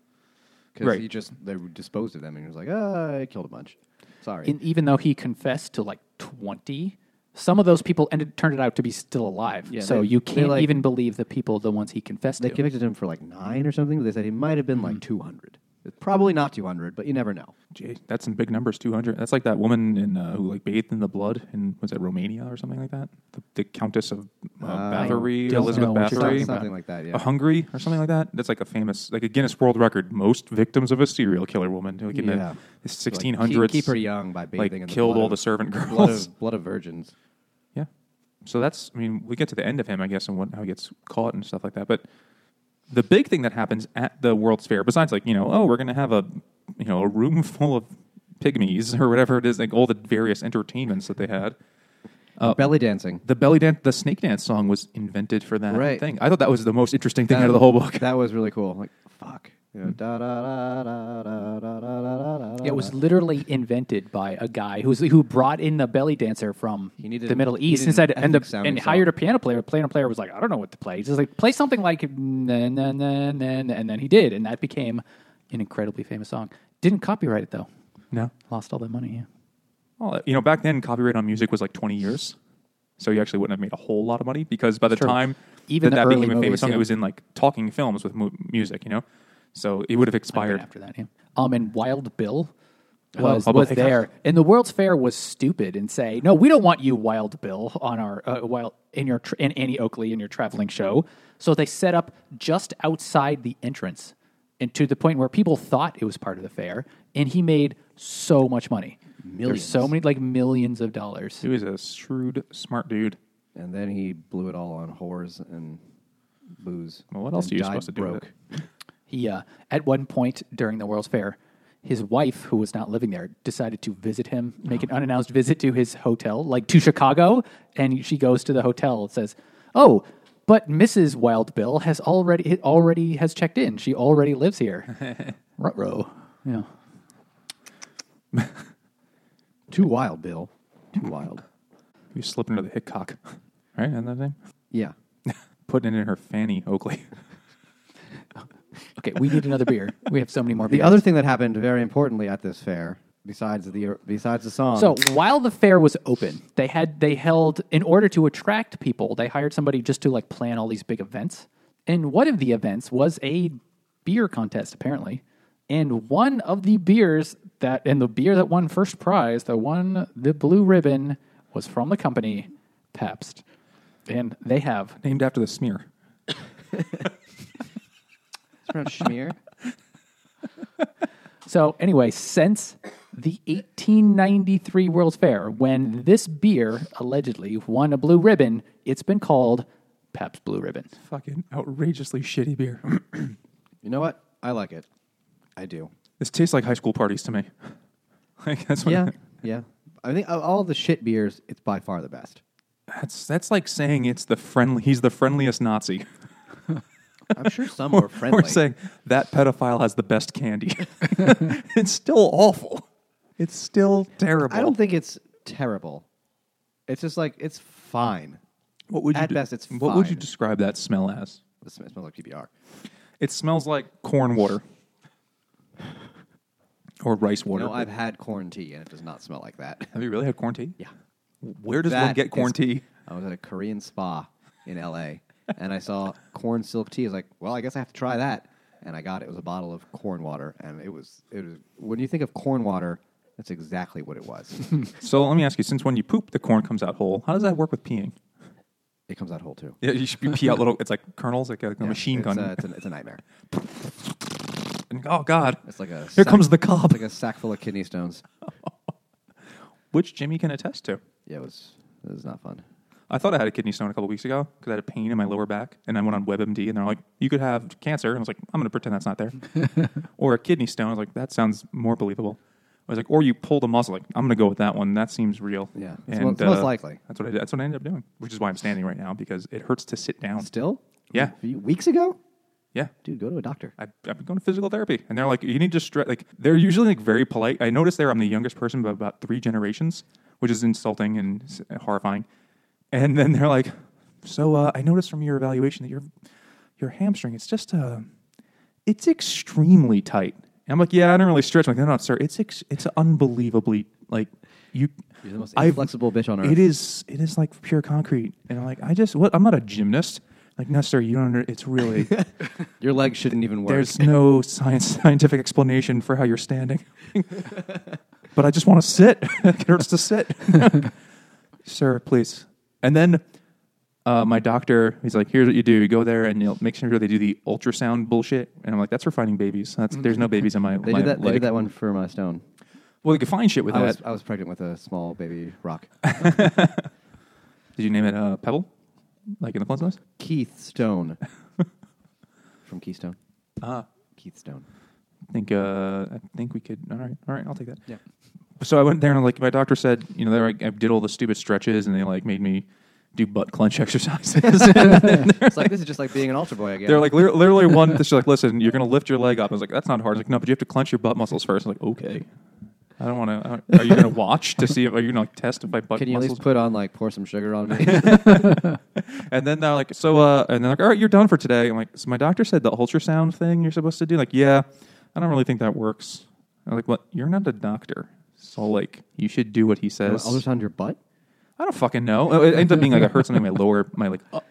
Speaker 3: because
Speaker 2: Right.
Speaker 3: he just they disposed of them and he was like, ah, I killed a bunch. Sorry.
Speaker 1: and even though he confessed to like twenty, some of those people ended turned it out to be still alive.
Speaker 3: Yeah,
Speaker 1: so
Speaker 3: they-
Speaker 1: you
Speaker 3: they,
Speaker 1: can't
Speaker 3: like-
Speaker 1: even believe the people, the ones he confessed
Speaker 3: they
Speaker 1: to.
Speaker 3: convicted him for like nine or something, but they said he might have been like two hundred. Probably not two hundred, but you never know.
Speaker 2: Gee, that's some big numbers, two hundred. That's like that woman in uh, who like bathed in the blood in was that Romania or something like that? The, the Countess of uh, Bathory,
Speaker 1: don't
Speaker 2: Elizabeth
Speaker 1: know what you're
Speaker 2: Bathory,
Speaker 1: talking about.
Speaker 3: Something like that, yeah.
Speaker 2: Uh, Hungary or something like that. That's like a famous, like a Guinness World Record, most victims of a serial killer woman, like in
Speaker 3: Yeah.
Speaker 2: the sixteen hundreds.
Speaker 3: Keep, keep her young by bathing
Speaker 2: like
Speaker 3: in the
Speaker 2: killed
Speaker 3: blood
Speaker 2: all
Speaker 3: of-
Speaker 2: the servant girls.
Speaker 3: blood of, blood of virgins.
Speaker 2: Yeah. So that's, I mean, we get to the end of him, I guess, and what, how he gets caught and stuff like that. But the big thing that happens at the World's Fair, besides like, you know, oh, we're going to have a, you know, a room full of pygmies or whatever it is, like all the various entertainments that they had. Oh.
Speaker 3: Belly dancing.
Speaker 2: The belly dance, the snake dance song was invented for that
Speaker 3: Right.
Speaker 2: thing. I thought that was the most interesting thing out of the whole book. Hmm.
Speaker 3: That was really cool. Like fuck. You know, da da da da da da da da da.
Speaker 1: It was literally invented by a guy who's who brought in the belly dancer from
Speaker 3: He needed
Speaker 1: the
Speaker 3: an-
Speaker 1: Middle
Speaker 3: he
Speaker 1: East
Speaker 3: needed
Speaker 1: and said,
Speaker 3: an
Speaker 1: and,
Speaker 3: ethnic
Speaker 1: the,
Speaker 3: sounding
Speaker 1: and
Speaker 3: song.
Speaker 1: hired a piano player. The piano player was like, I don't know what to play. He's just like, play something like na na na na, na," and then he did, and that became an incredibly famous song. Didn't copyright it though.
Speaker 2: No.
Speaker 1: Lost all that money. Yeah.
Speaker 2: Well, you know, back then, copyright on music was like 20 years. So you actually wouldn't have made a whole lot of money because by the
Speaker 1: True.
Speaker 2: time
Speaker 1: Even
Speaker 2: that,
Speaker 1: the
Speaker 2: that
Speaker 1: early
Speaker 2: became a
Speaker 1: movies,
Speaker 2: famous song,
Speaker 1: yeah.
Speaker 2: it was in like talking films with mu- music, you know? So it would have expired.
Speaker 1: after that. Yeah. Um, and Wild Bill was,
Speaker 2: Hubba
Speaker 1: was
Speaker 2: Hiccup.
Speaker 1: there, and the World's Fair was stupid and say, no, we don't want you, Wild Bill, on our uh, wild in your tr in Annie Oakley in your traveling show. So they set up just outside the entrance, and to the point where people thought it was part of the fair, and he made so much money. There's
Speaker 3: Millions.
Speaker 1: so many like millions of dollars.
Speaker 2: He was a shrewd, smart dude.
Speaker 3: And then he blew it all on whores and booze.
Speaker 2: Well, what else
Speaker 3: and
Speaker 2: are you
Speaker 3: died
Speaker 2: supposed to do with
Speaker 3: Broke.
Speaker 2: it?
Speaker 1: He uh, at one point during the World's Fair, his wife, who was not living there, decided to visit him, make an unannounced visit to his hotel, like to Chicago, and she goes to the hotel and says, "Oh, but Mrs. Wild Bill has already it already has checked in. She already lives here." Ruh-roh. Yeah.
Speaker 3: Too wild, Bill. Too wild.
Speaker 2: You slip into the Hickok. Right? Isn't that the name?
Speaker 3: Yeah.
Speaker 2: Putting it in her fanny, Oakley.
Speaker 1: Okay, we need another beer. We have so many more.
Speaker 3: The
Speaker 1: beers.
Speaker 3: other thing that happened very importantly at this fair, besides the besides the song,
Speaker 1: So while the fair was open, they had they held in order to attract people, they hired somebody just to like plan all these big events. And one of the events was a beer contest, apparently. And one of the beers that and the beer that won first prize, the one the blue ribbon, was from the company Pabst. And they have
Speaker 2: Named after the smear.
Speaker 3: it's pronounced Schmear.
Speaker 1: So anyway, since the 1893 World's Fair, when this beer allegedly won a blue ribbon, it's been called Pabst Blue Ribbon.
Speaker 2: Fucking outrageously shitty beer.
Speaker 3: You know what? I like it. I do.
Speaker 2: this tastes like high school parties to me. like that's what
Speaker 3: Yeah. yeah. I think of all the shit beers, it's by far the best.
Speaker 2: that's that's like saying it's the friendly he's the friendliest Nazi.
Speaker 3: I'm sure some were friendly.
Speaker 2: Or saying that pedophile has the best candy. it's still awful. It's still terrible.
Speaker 3: I don't think it's terrible. It's just like it's fine.
Speaker 2: what would you
Speaker 3: at
Speaker 2: de-
Speaker 3: best it's
Speaker 2: What would you
Speaker 3: fine.
Speaker 2: describe that smell as?
Speaker 3: It sm- it smells like PBR.
Speaker 2: It smells like corn water. Or rice water.
Speaker 3: No, I've had corn tea and it does not smell like that.
Speaker 2: Have you really had corn tea?
Speaker 3: Yeah.
Speaker 2: Where does one
Speaker 3: That
Speaker 2: get corn
Speaker 3: is-
Speaker 2: tea?
Speaker 3: I was at a Korean spa in LA and I saw corn silk tea. I was like, well, I guess I have to try that. And I got it. It was a bottle of corn water. And it was, it was when you think of corn water, that's exactly what it was.
Speaker 2: So let me ask you: since when you poop, the corn comes out whole. How does that work with peeing?
Speaker 3: it comes out whole too.
Speaker 2: Yeah, you should be pee out little. It's like kernels, like a, a machine
Speaker 3: it's,
Speaker 2: gun.
Speaker 3: uh, it's, a, it's a nightmare.
Speaker 2: And- oh God!
Speaker 3: It's like a
Speaker 2: Here
Speaker 3: sack-
Speaker 2: comes the cob,
Speaker 3: It's like a sack full of kidney stones.
Speaker 2: which Jimmy can attest to.
Speaker 3: Yeah, it was, it was not fun.
Speaker 2: I thought I had a kidney stone a couple weeks ago because I had a pain in my lower back, and I went on WebMD, and they're like, "You could have cancer," and I was like, "I'm going to pretend that's not there," or a kidney stone. I was like, "That sounds more believable." I was like, or you pull the muscle. Like, I'm going to go with that one. That seems real. uh,
Speaker 3: Yeah. It's mo- it's most likely.
Speaker 2: That's what I did. That's what I ended up doing, which is why I'm standing right now because it hurts to sit down.
Speaker 3: Still?
Speaker 2: Yeah.
Speaker 3: A few weeks ago?
Speaker 2: Yeah.
Speaker 3: Dude, go to a doctor.
Speaker 2: I, I've been going to physical therapy, and they're like, you need to stretch. Like, they're usually like very polite. I noticed there, I'm the youngest person, but about three generations, which is insulting and s- horrifying. And then they're like, so uh, I noticed from your evaluation that your your hamstring, it's just uh, it's extremely tight. And I'm like, yeah, I don't really stretch. I'm like, no, no, sir, it's ex- it's unbelievably like you.
Speaker 3: You're the most
Speaker 2: I've-
Speaker 3: inflexible bitch on earth.
Speaker 2: It is. It is like pure concrete. And I'm like, I just what? I'm not a gymnast. Like, no, sir, you don't. Under- it's really.
Speaker 3: Your legs shouldn't even work.
Speaker 2: There's no science scientific explanation for how you're standing. but I just want to sit. it hurts to sit. Sir, please. And then uh, my doctor, he's like, here's what you do. You go there and you'll make sure they do the ultrasound bullshit. And I'm like, that's for finding babies. That's, there's no babies in my
Speaker 3: Mm-hmm. they
Speaker 2: my
Speaker 3: did that. They
Speaker 2: leg."
Speaker 3: did that one for my stone.
Speaker 2: Well, you could find shit with
Speaker 3: I
Speaker 2: that.
Speaker 3: was, I was pregnant with a small baby rock.
Speaker 2: did you name it uh, Pebble? Like in the Flintstones?
Speaker 3: Keith Stone. From Keystone.
Speaker 2: Ah.
Speaker 3: Keith Stone.
Speaker 2: I think, uh, I think we could. All right. All right. I'll take that.
Speaker 3: Yeah.
Speaker 2: so I went there and like my doctor said, you know, they were like, I did all the stupid stretches and they like made me do butt clench exercises.
Speaker 3: It's like this is just like being an altar boy again.
Speaker 2: They're like lit- literally one. She's like, listen, you're gonna lift your leg up. I was like, that's not hard. She's like, no, but you have to clench your butt muscles first. I'm like, okay. I don't want to. Are you gonna watch to see? If, are you gonna like test if my butt
Speaker 3: Can you at
Speaker 2: muscles?
Speaker 3: least put on like pour some sugar on me?
Speaker 2: and then they're like, so, uh, and they're like, all right, you're done for today. I'm like, so my doctor said the ultrasound thing you're supposed to do. Like, yeah, I don't really think that works. I'm like, what? You're not a doctor, so like, you should do what he says.
Speaker 3: Ultrasound your butt?
Speaker 2: I don't fucking know. It ended up being like I hurt something in my lower, my like. up-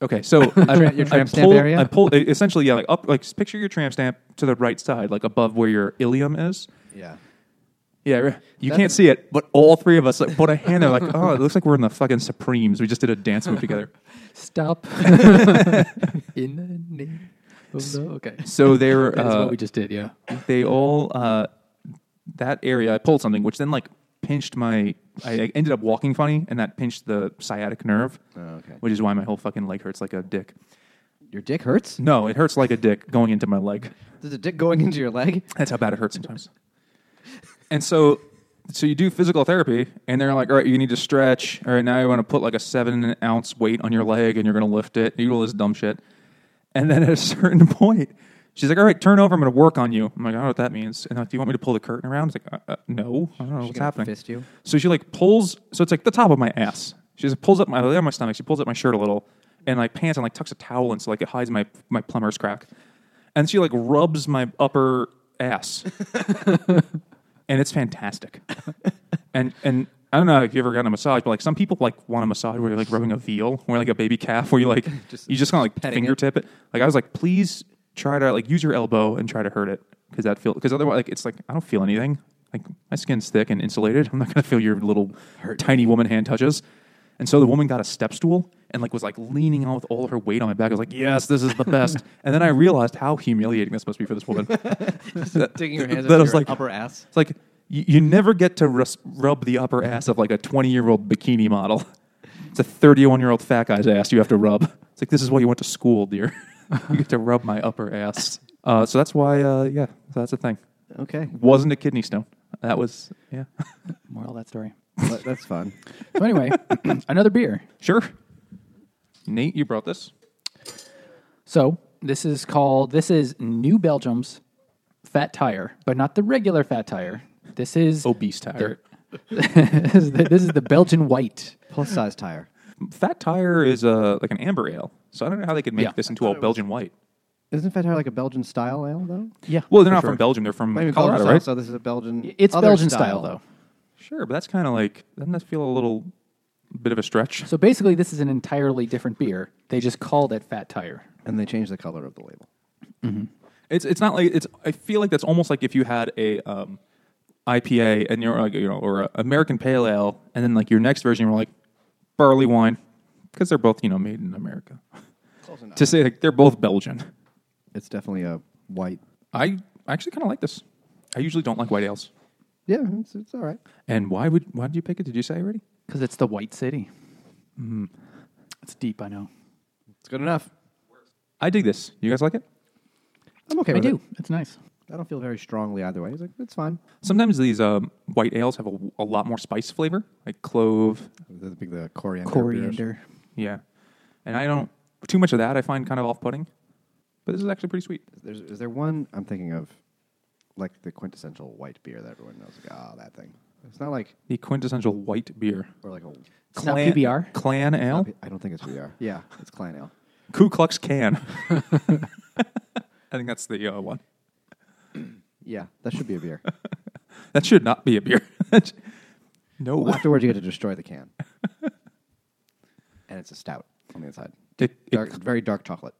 Speaker 2: Okay, so I,
Speaker 3: tramp- your
Speaker 2: I
Speaker 3: tramp stamp
Speaker 2: pulled,
Speaker 3: area?
Speaker 2: I pulled e, essentially yeah, like up, like picture your tramp stamp to the right side, like above where your ilium is.
Speaker 3: Yeah.
Speaker 2: Yeah, re- you can't see it, but all three of us like put a hand there, like, oh, it looks like we're in the fucking Supremes. We just did a dance move together.
Speaker 1: Stop. In the name of the. Okay.
Speaker 2: So they were
Speaker 1: That's
Speaker 2: uh,
Speaker 1: what we just did, yeah.
Speaker 2: they all uh, that area. I pulled something, which then like pinched my. I I ended up walking funny, and that pinched the sciatic nerve,
Speaker 3: okay.
Speaker 2: which is why my whole fucking leg hurts like a dick.
Speaker 3: Your dick hurts?
Speaker 2: No, it hurts like a dick going into my leg.
Speaker 3: There's a dick going into your leg?
Speaker 2: That's how bad it hurts sometimes. And so, so you do physical therapy, and they're like, "All right, you need to stretch. All right, now you want to put like a seven ounce weight on your leg, and you're going to lift it. You do all this dumb shit." And then at a certain point, she's like, "All right, turn over. I'm going to work on you." I'm like, "I don't know what that means." And like, "Do you want me to pull the curtain around?" It's like, uh, uh, "No, I don't know what's
Speaker 3: gonna
Speaker 2: happening."
Speaker 3: fist you?
Speaker 2: So she like pulls. So it's like the top of my ass. She just pulls up my there on my stomach. She pulls up my shirt a little, and like pants, and like tucks a towel in so like it hides my my plumber's crack. And she like rubs my upper ass, and it's fantastic. and and I don't know if you ever gotten a massage, but like some people like want a massage where you're like rubbing a veal or like a baby calf, where you like
Speaker 3: Just-
Speaker 2: you just kind of like
Speaker 3: petting it.
Speaker 2: fingertip it. Like I was like, please try to like use your elbow and try to hurt it because that feel because otherwise like it's like I don't feel anything. Like my skin's thick and insulated. I'm not gonna feel your little tiny woman hand touches. And so the woman got a step stool and like was like leaning on with all her weight on my back. I was like, yes, this is the best. and then I realized how humiliating this must be for this woman.
Speaker 3: Digging your
Speaker 2: That
Speaker 3: hands
Speaker 2: was
Speaker 3: into your
Speaker 2: like-
Speaker 3: upper ass.
Speaker 2: It's like you, you never get to rus- rub the upper ass of like a 20 year old bikini model. It's a 31 year old fat guy's ass you have to rub. It's like, this is why you went to school, dear. you get to rub my upper ass. Uh, so that's why, uh, yeah, so that's the thing.
Speaker 3: Okay.
Speaker 2: Wasn't a kidney stone. That was, yeah.
Speaker 1: Moral of that story.
Speaker 3: Well, that's fun.
Speaker 1: So, anyway, another beer.
Speaker 2: sure. Nate, you brought this.
Speaker 1: So this is called this is New Belgium's Fat Tire, but not the regular Fat Tire. This is
Speaker 2: Obese tire.
Speaker 1: this is the, this is the Belgian White.
Speaker 3: Plus size tire.
Speaker 2: Fat tire is uh, like an amber ale. So I don't know how they could make
Speaker 1: Yeah.
Speaker 2: this into a Belgian white.
Speaker 3: Isn't fat tire like a Belgian style ale though?
Speaker 1: Yeah,
Speaker 2: Well, they're not
Speaker 1: sure.
Speaker 2: from Belgium. They're from
Speaker 3: I mean,
Speaker 2: Colorado,
Speaker 3: Belgian
Speaker 2: right?
Speaker 3: style, So this is a Belgian.
Speaker 1: it's
Speaker 3: other
Speaker 1: Belgian style, though.
Speaker 2: Sure, but that's kind of like doesn't that feel a little bit of a stretch?
Speaker 1: So basically, this is an entirely different beer. They just called it Fat Tire.
Speaker 3: And they changed the color of the label.
Speaker 2: It's it's not like it's. I feel like that's almost like if you had a um, IPA and you're like you know or a American Pale Ale, and then like your next version you're like barley wine because they're both you know made in America.
Speaker 3: Close enough.
Speaker 2: To say like they're both Belgian,
Speaker 3: It's definitely a white.
Speaker 2: I actually kind of like this. I usually don't like white ales.
Speaker 3: Yeah, it's, it's all right.
Speaker 2: And why would why did you pick it? Did you say already?
Speaker 1: Because it's the White City. Mm-hmm. It's deep, I know.
Speaker 3: It's good enough.
Speaker 2: I dig this. You guys like it?
Speaker 3: I'm okay
Speaker 1: I
Speaker 3: with
Speaker 1: do.
Speaker 3: it.
Speaker 1: It's nice.
Speaker 3: I don't feel very strongly either way. He's like, it's fine.
Speaker 2: Sometimes these um, white ales have a, a lot more spice flavor, like clove.
Speaker 3: The, the, the coriander. beers.
Speaker 1: Coriander.
Speaker 2: Yeah, and I don't too much of that. I find kind of off-putting, but this is actually pretty sweet.
Speaker 3: There's, is there one I'm thinking of, like the quintessential white beer that everyone knows? Like, ah, that thing. It's not like
Speaker 2: The quintessential white beer.
Speaker 3: or like a.
Speaker 1: It's not PBR.
Speaker 2: Clan ale.
Speaker 3: I don't think it's VR. yeah, it's Clan Ale.
Speaker 2: Ku Klux Can. I think that's the uh, one.
Speaker 3: Yeah, that should be a beer.
Speaker 2: That should not be a beer. That sh- no,
Speaker 3: Well, afterwards, you get to destroy the can, and it's a stout on the inside.
Speaker 2: It- it-
Speaker 3: Dark, very dark chocolate.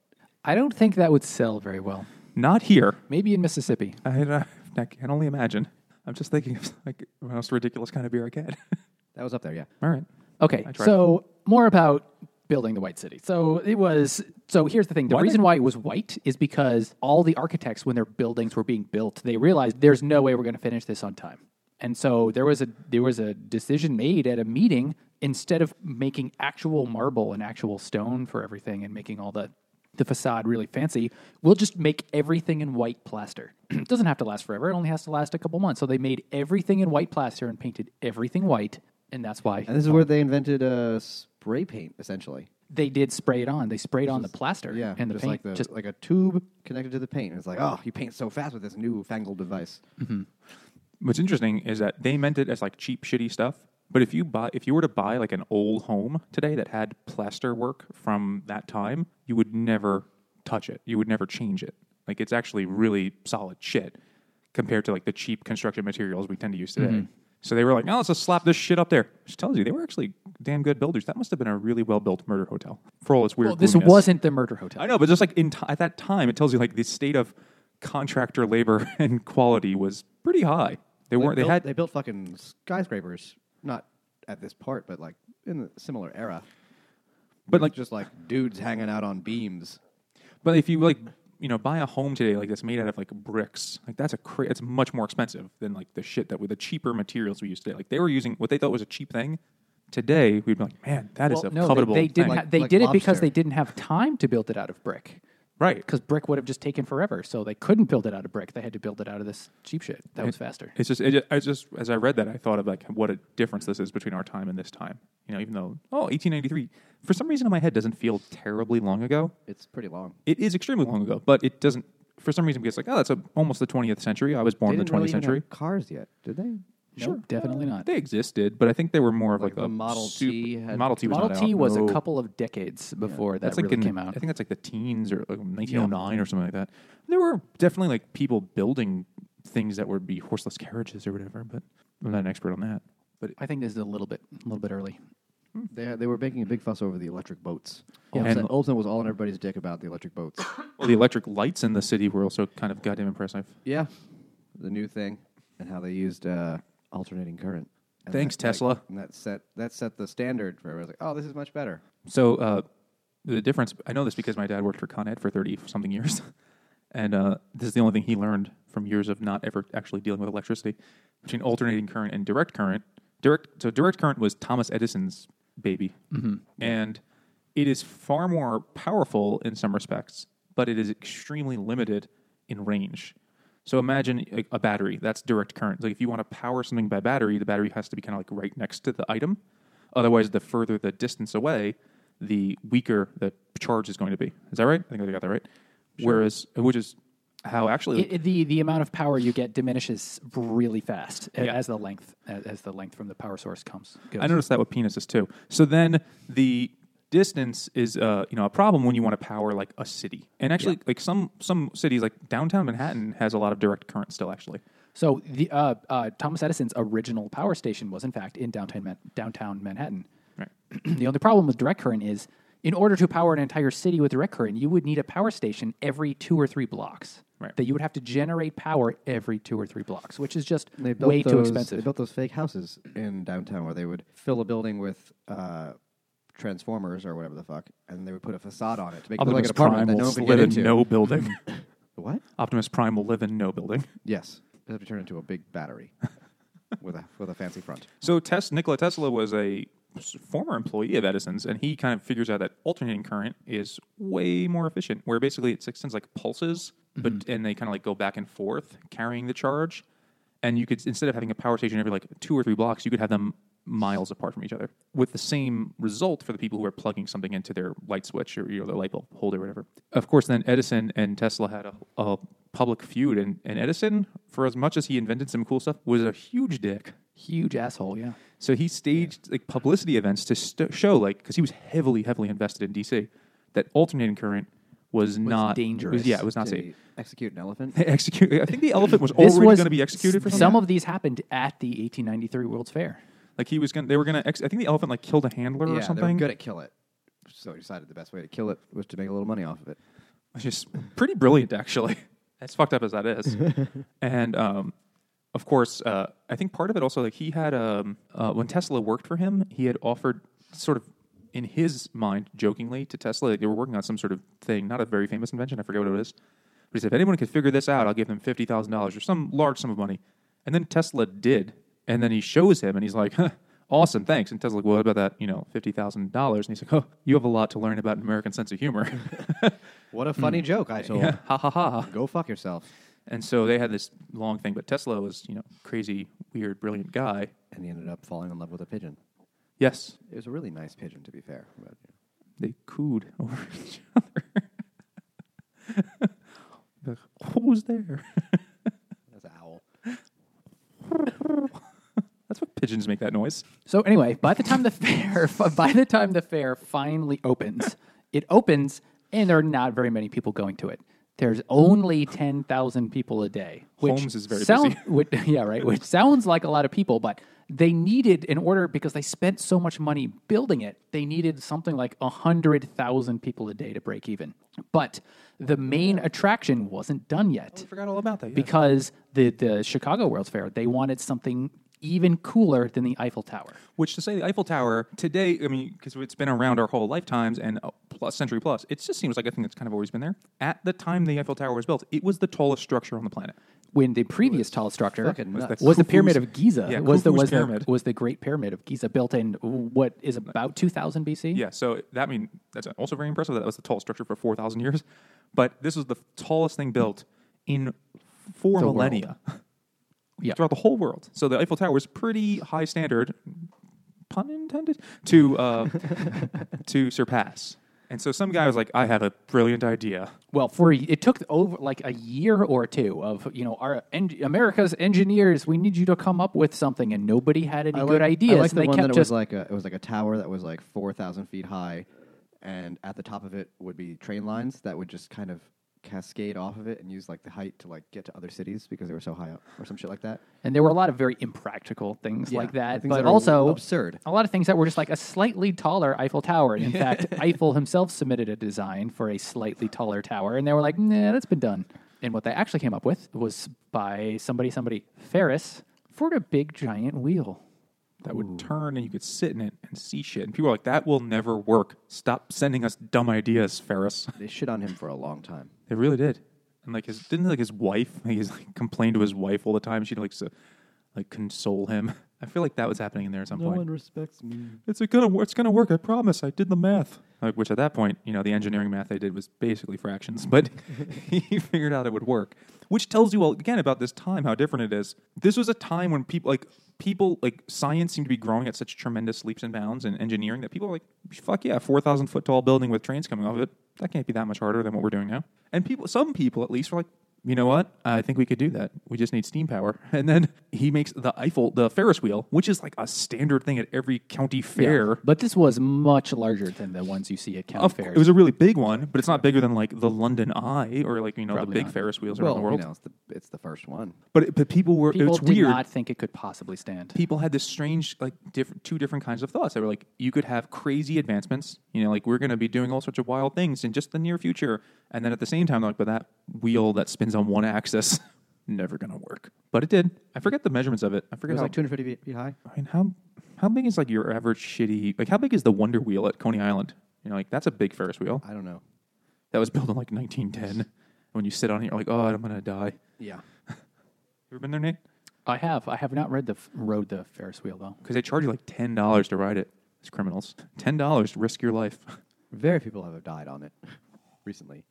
Speaker 1: I don't think that would sell very well.
Speaker 2: not here.
Speaker 1: Maybe in Mississippi.
Speaker 2: I, uh, I can only imagine. I'm just thinking of like the most ridiculous kind of beer I get.
Speaker 3: That was up there. Yeah,
Speaker 2: All right.
Speaker 1: Okay,
Speaker 2: tried.
Speaker 1: so more about building the White City. So it was. So here's the thing: the
Speaker 2: Why
Speaker 1: reason
Speaker 2: they-
Speaker 1: why it was white is because all the architects, when their buildings were being built, they realized there's no way we're going to finish this on time, and so there was a there was a decision made at a meeting instead of making actual marble and actual stone for everything and making all the the facade really fancy, we'll just make everything in white plaster. it doesn't have to last forever. It only has to last a couple months. So they made everything in white plaster and painted everything white, and that's why
Speaker 3: and this is where they invented uh, spray paint, essentially.
Speaker 1: they did spray it on. They sprayed on the plaster
Speaker 3: Yeah,
Speaker 1: and the
Speaker 3: just
Speaker 1: paint.
Speaker 3: like the,
Speaker 1: just
Speaker 3: like a tube connected to the paint. And it's like, oh, you paint so fast with this new fangled device.
Speaker 2: What's interesting is that they meant it as like cheap, shitty stuff. But if you buy, if you were to buy like an old home today that had plaster work from that time, you would never touch it. You would never change it. Like it's actually really solid shit compared to like the cheap construction materials we tend to use today.
Speaker 1: Mm-hmm.
Speaker 2: So they were like, "Oh, let's just slap this shit up there." Which tells you they were actually damn good builders. That must have been a really well built murder hotel. For all its weird,
Speaker 1: well, this
Speaker 2: gloominess.
Speaker 1: wasn't the murder hotel.
Speaker 2: I know, but just like in t- at that time, it tells you like the state of contractor labor and quality was pretty high. They weren't. They
Speaker 3: built,
Speaker 2: had.
Speaker 3: they built fucking skyscrapers, not at this part, but like in the similar era.
Speaker 2: But, like-
Speaker 3: just like dudes hanging out on beams.
Speaker 2: But if you like, you know, buy a home today like that's made out of like bricks, like that's a cra- it's much more expensive than like the shit that with the cheaper materials we use today. Like they were using what they thought was a cheap thing. Today we'd be like, man, that is
Speaker 1: Well,
Speaker 2: a
Speaker 1: no, they,
Speaker 2: covetable
Speaker 1: they didn't.
Speaker 2: thing.
Speaker 1: ha- they
Speaker 3: like
Speaker 1: did it because
Speaker 3: lobster.
Speaker 1: they didn't have time to build it out of brick.
Speaker 2: right.
Speaker 1: Because brick would have just taken forever, so they couldn't build it out of brick. They had to build it out of this cheap shit that was faster.
Speaker 2: It's just, it just, I just, as I read that, I thought of like what a difference this is between our time and this time. You know, even though oh, 1893, for some reason in my head doesn't feel terribly long ago.
Speaker 3: It's pretty long.
Speaker 2: It is extremely long ago, but it doesn't. For some reason, because like, oh, that's a, almost the 20th century. I was born
Speaker 3: They
Speaker 2: in the
Speaker 3: didn't
Speaker 2: 20th
Speaker 3: really even
Speaker 2: century.
Speaker 3: have cars yet, did they?
Speaker 1: Nope, definitely not.
Speaker 2: They existed, but I think they were more of like,
Speaker 3: Like the
Speaker 2: a
Speaker 3: Model
Speaker 2: super-
Speaker 3: T had-
Speaker 2: Model T was,
Speaker 1: Model
Speaker 2: not
Speaker 1: T
Speaker 2: out.
Speaker 1: was
Speaker 2: No.
Speaker 1: a couple of decades before that
Speaker 2: That's
Speaker 1: really
Speaker 2: like in,
Speaker 1: came out.
Speaker 2: I think that's like the teens or like 1909 or something like that. There were definitely like people building things that would be horseless carriages or whatever, but I'm not an expert on that. But
Speaker 1: I think this is a little bit, a little bit early.
Speaker 3: They, had- they were making a big fuss over the electric boats.
Speaker 2: Yeah.
Speaker 3: Olsen,
Speaker 2: And-
Speaker 3: Olsen was all in everybody's dick about the electric boats.
Speaker 2: well, the electric lights in the city were also kind of goddamn impressive.
Speaker 3: yeah, the new thing, and how they used uh, alternating current. And
Speaker 2: Thanks,
Speaker 3: that, like,
Speaker 2: Tesla.
Speaker 3: and that set that set the standard for everybody. Like, oh, this is much better.
Speaker 2: So uh, the difference, I know this because my dad worked for Con Ed for 30 something years. And uh, this is the only thing he learned from years of not ever actually dealing with electricity between alternating current and direct current. Direct, so direct current was Thomas Edison's baby. And it is far more powerful in some respects, but it is extremely limited in range. So imagine a, a battery that's direct current. Like if you want to power something by battery, the battery has to be kind of like right next to the item. Otherwise, the further the distance away, the weaker the charge is going to be. Is that right? I think I got that right. Whereas, which is how actually
Speaker 1: It, it- the the amount of power you get diminishes really fast a-
Speaker 2: Yeah.
Speaker 1: as the length as, as the length from the power source comes.
Speaker 2: I noticed that with penises too. So then the distance is uh, you know a problem when you want to power like a city. And actually, like some some cities like downtown Manhattan has a lot of direct current still. Actually,
Speaker 1: So the uh, uh, Thomas Edison's original power station was in fact in downtown Man- downtown Manhattan.
Speaker 2: right?
Speaker 1: the only problem with direct current is in order to power an entire city with direct current, you would need a power station every two or three blocks.
Speaker 2: Right.
Speaker 1: That you would have to generate power every two or three blocks, which is just
Speaker 3: They built
Speaker 1: way too
Speaker 3: those-
Speaker 1: expensive.
Speaker 3: They built those fake houses in downtown where they would fill a building with uh, transformers or whatever the fuck, and they would put a facade on it to make it look like
Speaker 2: Optimus
Speaker 3: an apartment
Speaker 2: Prime
Speaker 3: that no
Speaker 2: will
Speaker 3: one could
Speaker 2: live
Speaker 3: get
Speaker 2: in
Speaker 3: into.
Speaker 2: no building.
Speaker 3: What?
Speaker 2: Optimus Prime will live in no building.
Speaker 3: Yes, they have to turn into a big battery with a with a fancy front.
Speaker 2: So Tes- Nikola Tesla was a s- former employee of Edison's, and he kind of figures out that alternating current is way more efficient, where basically it sends like pulses but and they kind of like go back and forth carrying the charge. And you could instead of having a power station every like two or three blocks, you could have them miles apart from each other with the same result for the people who are plugging something into their light switch or you know, their light bulb holder or whatever. Of course, then Edison and Tesla had a, a public feud, and, and Edison, for as much as he invented some cool stuff, was a huge dick.
Speaker 1: Huge asshole, yeah.
Speaker 2: So he staged like publicity events to st- show, like, because he was heavily, heavily invested in DC, that alternating current was, not
Speaker 1: dangerous
Speaker 2: was- yeah, it was not
Speaker 3: Did
Speaker 2: safe.
Speaker 3: he execute an elephant.
Speaker 2: They execute. I think the elephant was already going to be executed for something.
Speaker 1: some of these happened at the 1893 World's Fair.
Speaker 2: like he was going. to They were going to. Ex- I think the elephant like killed a handler
Speaker 3: yeah,
Speaker 2: or
Speaker 3: they
Speaker 2: something.
Speaker 3: were good at kill it. So he decided the best way to kill it was to make a little money off of it.
Speaker 2: Which is pretty brilliant, actually. As fucked up as that is, and um, of course, uh, I think part of it also like he had um, uh, when Tesla worked for him, he had offered sort of in his mind, jokingly, to Tesla like they were working on some sort of thing, not a very famous invention. I forget what it is, but he said if anyone can figure this out, I'll give them fifty thousand dollars or some large sum of money. And then Tesla did, and then he shows him, and he's like. Huh, Awesome, thanks. And Tesla's like, well, what about that, you know, fifty thousand dollars? And he's like, oh, you have a lot to learn about an American sense of humor.
Speaker 3: What a funny joke! I told.
Speaker 2: Yeah, ha ha ha.
Speaker 3: Go fuck yourself.
Speaker 2: And so they had this long thing, but Tesla was, you know, crazy, weird, brilliant guy.
Speaker 3: And he ended up falling in love with a pigeon.
Speaker 2: Yes,
Speaker 3: It was a really nice pigeon, to be fair. But,
Speaker 2: they cooed over each other. Like, Who's there?
Speaker 3: that's an owl.
Speaker 2: That's what pigeons make that noise.
Speaker 1: So anyway, by the time the fair, by the time the fair finally opens, it opens, and there are not very many people going to it. There's only ten thousand people a day. Which
Speaker 2: Holmes is very
Speaker 1: sound,
Speaker 2: busy.
Speaker 1: which- yeah, right. Which sounds like a lot of people, but they needed in order because they spent so much money building it. They needed something like hundred thousand people a day to break even. But the main attraction wasn't done yet
Speaker 2: Forgot all about that. yeah.
Speaker 1: because the the Chicago World's Fair they wanted something even cooler than the Eiffel Tower.
Speaker 2: Which to say the Eiffel Tower today, I mean, because it's been around our whole lifetimes and uh, plus century plus, it just seems like a thing that's kind of always been there. At the time the Eiffel Tower was built, it was the tallest structure on the planet.
Speaker 1: when the previous tallest structure was,
Speaker 3: fucking nuts.
Speaker 1: the
Speaker 2: Khufu's-
Speaker 1: pyramid of Giza.
Speaker 2: Yeah,
Speaker 1: was the
Speaker 2: Khufu's
Speaker 1: was
Speaker 2: pyramid.
Speaker 1: the was the Great Pyramid of Giza built in what is about 2000 BC?
Speaker 2: Yeah, so that I mean that's also very impressive. That was the tallest structure for four thousand years, but this was the tallest thing built in four
Speaker 1: The
Speaker 2: millennia
Speaker 1: Yeah.
Speaker 2: throughout the whole world. So the Eiffel Tower was pretty high standard, pun intended, to uh, to surpass. And so some guy was like, "I have a brilliant idea."
Speaker 1: Well, for it took over like a year or two of you know our en- America's engineers. We need you to come up with something, and nobody had any good ideas.
Speaker 3: I like
Speaker 1: and
Speaker 3: the
Speaker 1: they
Speaker 3: one
Speaker 1: kept
Speaker 3: that it
Speaker 1: just
Speaker 3: was like a, it was like a tower that was like four thousand feet high, and at the top of it would be train lines that would just kind of cascade off of it and use like the height to like get to other cities because they were so high up or some shit like that.
Speaker 1: And there were a lot of very impractical things
Speaker 3: Yeah,
Speaker 1: like that,
Speaker 3: things
Speaker 1: but
Speaker 3: that are
Speaker 1: also
Speaker 3: absurd.
Speaker 1: A lot of things that were just like a slightly taller Eiffel Tower. And in fact, Eiffel himself submitted a design for a slightly taller tower, and they were like, "Nah, that's been done." And what they actually came up with was by somebody, somebody Ferris for a big giant wheel.
Speaker 2: That would turn and you could sit in it and see shit. And people were like, "That will never work. Stop sending us dumb ideas, Ferris."
Speaker 3: They shit on him for a long time.
Speaker 2: They really did. And like his didn't like his wife like he's like complained to his wife all the time. She'd like so, like console him. I feel like that was happening in there at some point.
Speaker 3: respects me.
Speaker 2: It's a gonna it's gonna work. I promise. I did the math. Like, which at that point, you know, the engineering math they did was basically fractions, but he figured out it would work. Which tells you all again about this time how different it is. This was a time when people like people like science seemed to be growing at such tremendous leaps and bounds and engineering that people were like, fuck yeah, four thousand foot tall building with trains coming off it. That can't be that much harder than what we're doing now. And people some people at least were like, you know what? I think we could do that. We just need steam power. And then he makes the Eiffel, the Ferris wheel, which is like a standard thing at every county fair.
Speaker 1: But this was much larger than the ones you see at county
Speaker 2: Of cour-
Speaker 1: fairs.
Speaker 2: it was a really big one, but it's not bigger than like the London Eye or like you know
Speaker 1: Probably
Speaker 2: the big
Speaker 1: not.
Speaker 2: Ferris wheels
Speaker 3: Well,
Speaker 2: around the world.
Speaker 3: you know, it's the it's the first one.
Speaker 2: But it, but people were
Speaker 1: People
Speaker 2: it's
Speaker 1: did
Speaker 2: weird.
Speaker 1: not think it could possibly stand.
Speaker 2: people had this strange like different two different kinds of thoughts. They were like you could have crazy advancements, you know, like we're going to be doing all sorts of wild things in just the near future, and then at the same time they're like but that wheel that spins on one axis never going to work. But it did. I forget the measurements of it. I
Speaker 3: It
Speaker 2: forget
Speaker 3: was
Speaker 2: how,
Speaker 3: like 250 feet, feet high.
Speaker 2: I mean, how how big is like your average shitty like how big is the Wonder Wheel at Coney Island? You know, like that's a big Ferris wheel
Speaker 3: I don't know.
Speaker 2: that was built in like 1910. When you sit on it, you're like, oh, I'm gonna die.
Speaker 3: Yeah.
Speaker 2: You ever been there, Nate?
Speaker 1: I have, I have not read the f- rode the Ferris wheel though.
Speaker 2: Because they charge you like ten dollars to ride it. It's criminals. Ten dollars to risk your life.
Speaker 3: Very few people have died on it recently.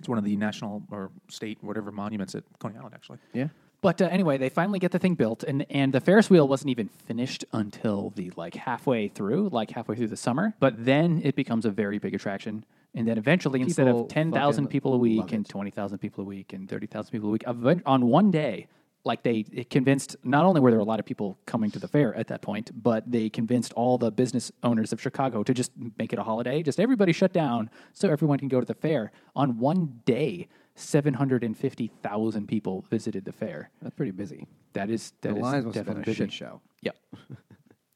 Speaker 2: It's one of the national or state whatever monuments at Coney Island, actually.
Speaker 3: Yeah.
Speaker 1: But uh, anyway, they finally get the thing built, and and the Ferris wheel wasn't even finished until the like halfway through, like halfway through the summer. But then it becomes a very big attraction, and then eventually, instead
Speaker 3: People
Speaker 1: of ten thousand
Speaker 3: fucking
Speaker 1: people a
Speaker 3: love
Speaker 1: week
Speaker 3: it.
Speaker 1: and twenty thousand people a week and thirty thousand people a week, event- on one day, like they it convinced not only were there a lot of people coming to the fair at that point, but they convinced all the business owners of Chicago to just make it a holiday. Just everybody shut down so everyone can go to the fair on one day. Seven hundred and fifty thousand people visited the fair.
Speaker 3: That's pretty busy.
Speaker 1: That is that
Speaker 3: The
Speaker 1: is
Speaker 3: lines must have been
Speaker 1: definitely
Speaker 3: a
Speaker 1: busy.
Speaker 3: shit show.
Speaker 1: Yep,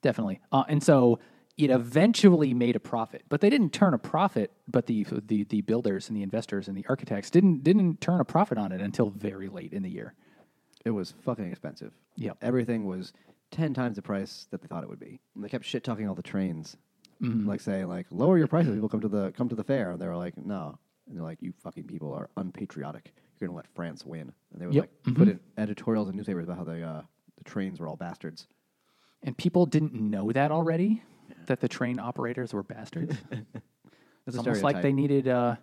Speaker 1: definitely. Uh, and so it eventually made a profit, but they didn't turn a profit. But the the the builders and the investors and the architects didn't didn't turn a profit on it until very late in the year.
Speaker 3: It was fucking expensive.
Speaker 1: Yep.
Speaker 3: Everything was 10 times the price that they thought it would be. And they kept shit talking all the trains.
Speaker 1: Mm-hmm.
Speaker 3: Like saying like lower your prices, people come to the come to the fair. And they were like, "No." And they're like, "You fucking people are unpatriotic. You're going to let France win." And they would
Speaker 1: Yep. Mm-hmm.
Speaker 3: like put in editorials and newspapers about how they uh, the trains were all bastards.
Speaker 1: And people didn't know that already that the train operators were bastards.
Speaker 3: It's
Speaker 1: it's almost like they needed uh,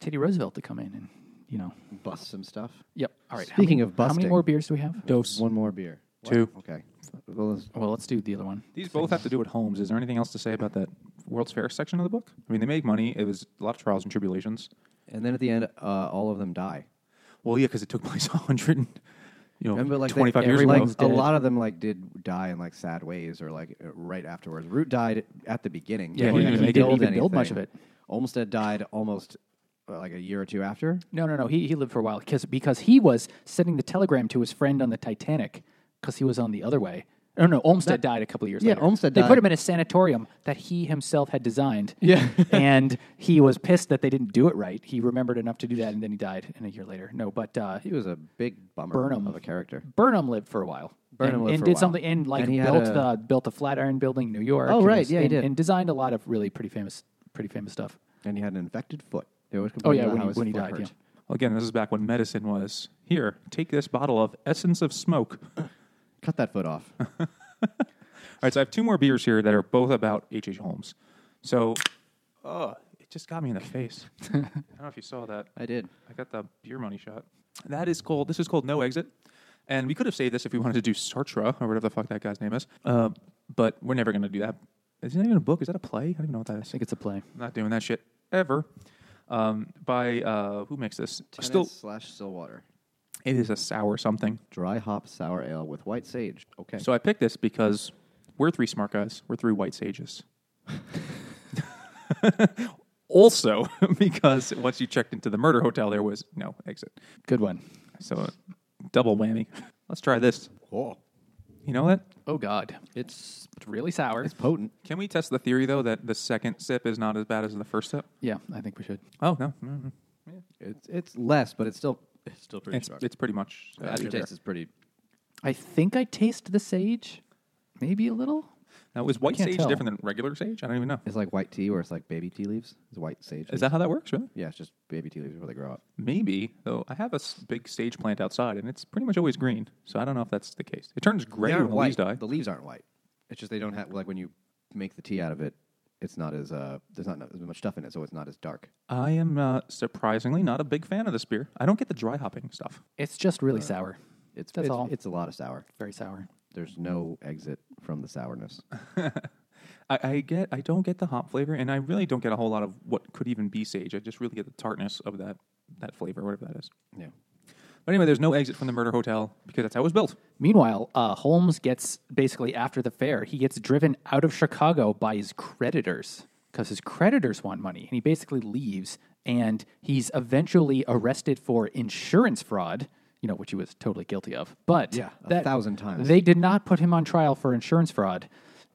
Speaker 1: Teddy Roosevelt to come in and you know.
Speaker 3: bust some stuff.
Speaker 1: Yep. All right. how
Speaker 3: Speaking
Speaker 1: many-
Speaker 3: of
Speaker 1: how many
Speaker 3: busting.
Speaker 1: more beers do we have?
Speaker 2: Dose.
Speaker 3: One more beer.
Speaker 2: Two.
Speaker 3: Okay. Well, let's-
Speaker 1: Well, let's do the other one.
Speaker 2: These both have to do with homes. Is there anything else to say about that World's Fair section of the book? I mean, they make money. It was a lot of trials and tribulations.
Speaker 3: and then at the end, uh, all of them die.
Speaker 2: Well, yeah, because it took place a hundred, and, you know,
Speaker 3: Remember, like they-
Speaker 2: twenty five years
Speaker 3: like,
Speaker 2: ago.
Speaker 1: everyone's
Speaker 3: A
Speaker 1: dead.
Speaker 3: lot of them like did die in like sad ways, or like uh, right afterwards. Root died at the beginning.
Speaker 2: Yeah,
Speaker 3: before
Speaker 2: he
Speaker 3: they
Speaker 2: didn't
Speaker 3: actually
Speaker 2: make it.
Speaker 3: built
Speaker 2: He
Speaker 1: didn't build much of
Speaker 3: anything. Olmsted died almost uh, like a year or two after.
Speaker 1: No, no, no. He, he lived for a while because because he was sending the telegram to his friend on the Titanic because he was on the other way. Oh, No, no. Olmsted died a couple of years
Speaker 3: yeah,
Speaker 1: later.
Speaker 3: Olmsted
Speaker 1: They
Speaker 3: died.
Speaker 1: put him in a sanatorium that he himself had designed.
Speaker 3: Yeah.
Speaker 1: and he was pissed that they didn't do it right. He remembered enough to do that, and then he died. And a year later, no, but uh,
Speaker 3: He was a big bummer
Speaker 1: Burnham.
Speaker 3: of a character.
Speaker 1: Burnham lived for a while.
Speaker 3: Burnham
Speaker 1: and,
Speaker 3: lived
Speaker 1: and
Speaker 3: for a
Speaker 1: did
Speaker 3: while.
Speaker 1: something and like
Speaker 3: And he had
Speaker 1: built
Speaker 3: a-
Speaker 1: the built the Flatiron Building, in New York.
Speaker 3: Oh,
Speaker 1: and
Speaker 3: right.
Speaker 1: was-
Speaker 3: Yeah, he
Speaker 1: and,
Speaker 3: did.
Speaker 1: and designed a lot of really pretty famous, pretty famous stuff.
Speaker 3: And he had an infected foot. They always
Speaker 1: Oh
Speaker 3: complained
Speaker 1: yeah,
Speaker 3: about
Speaker 1: when
Speaker 3: how
Speaker 1: he,
Speaker 3: his
Speaker 1: when he
Speaker 3: foot
Speaker 1: died.
Speaker 3: hurt.
Speaker 1: Yeah.
Speaker 2: Well, Again, this is back when medicine was here. Take this bottle of essence of smoke. All
Speaker 3: Cut that foot off.
Speaker 2: right, so I have two more beers here that are both about H.H. H. Holmes. So, uh, it just got me in the face. I don't know if you saw that.
Speaker 3: I did.
Speaker 2: I got the beer money shot. That is called. This is called No Exit, and we could have saved this if we wanted to do Sartre or whatever the fuck that guy's name is. Uh, but we're never going to do that. Is that even a book? Is that a play? I don't even know what that
Speaker 1: I
Speaker 2: is.
Speaker 1: think it's a play.
Speaker 2: I'm not doing that shit ever. Um, by uh, who makes this? Still,
Speaker 3: Still slash Stillwater.
Speaker 2: it is a sour something.
Speaker 3: Dry hop sour ale with white sage. Okay.
Speaker 2: So I picked this because we're three smart guys. We're three white sages. also, because once you checked into the murder hotel, there was no exit.
Speaker 1: Good one.
Speaker 2: So, uh, double whammy. Let's try this.
Speaker 3: oh,
Speaker 2: You know what?
Speaker 1: Oh God, it's really sour.
Speaker 3: potent.
Speaker 2: Can we test the theory though that the second sip is not as bad as the first sip?
Speaker 1: yeah, I think we should.
Speaker 2: Oh no, Mm, mm.
Speaker 3: It's it's less, but it's still it's still pretty
Speaker 2: it's it's pretty much. uh, there.
Speaker 3: is pretty.
Speaker 1: I think I taste the sage, maybe a little.
Speaker 2: Now is white
Speaker 1: can't
Speaker 2: sage
Speaker 1: tell.
Speaker 2: different than regular sage? I don't even know.
Speaker 3: It's like white tea, where it's like baby tea leaves. It's white sage.
Speaker 2: Is that how that works? Really?
Speaker 3: Yeah, it's just baby tea leaves where they grow up.
Speaker 2: Maybe though. I have a s- big sage plant outside, and it's pretty much always green. So I don't know if that's the case. It turns gray when the leaves die.
Speaker 3: The leaves aren't white. It's just they don't have like when you make the tea out of it, it's not as uh there's not as much stuff in it, so it's not as dark.
Speaker 2: I am uh, surprisingly not a big fan of this beer. I don't get the dry hopping stuff.
Speaker 1: It's just
Speaker 3: Uh.
Speaker 1: really sour.
Speaker 3: It's
Speaker 1: That's
Speaker 3: it's,
Speaker 1: all.
Speaker 3: it's a lot of sour.
Speaker 1: Very sour.
Speaker 3: There's no exit from the sourness.
Speaker 2: I, I get. I don't get the hop flavor, and I really don't get a whole lot of what could even be sage. I just really get the tartness of that that flavor, whatever that is.
Speaker 3: yeah.
Speaker 2: But anyway, there's no exit from the murder hotel because that's how it was built.
Speaker 1: Meanwhile, uh, Holmes gets basically after the fair, he gets driven out of Chicago by his creditors because his creditors want money. And he basically leaves and he's eventually arrested for insurance fraud, you know, which he was totally guilty of. But
Speaker 3: Yeah, a thousand times.
Speaker 1: They did not put him on trial for insurance fraud.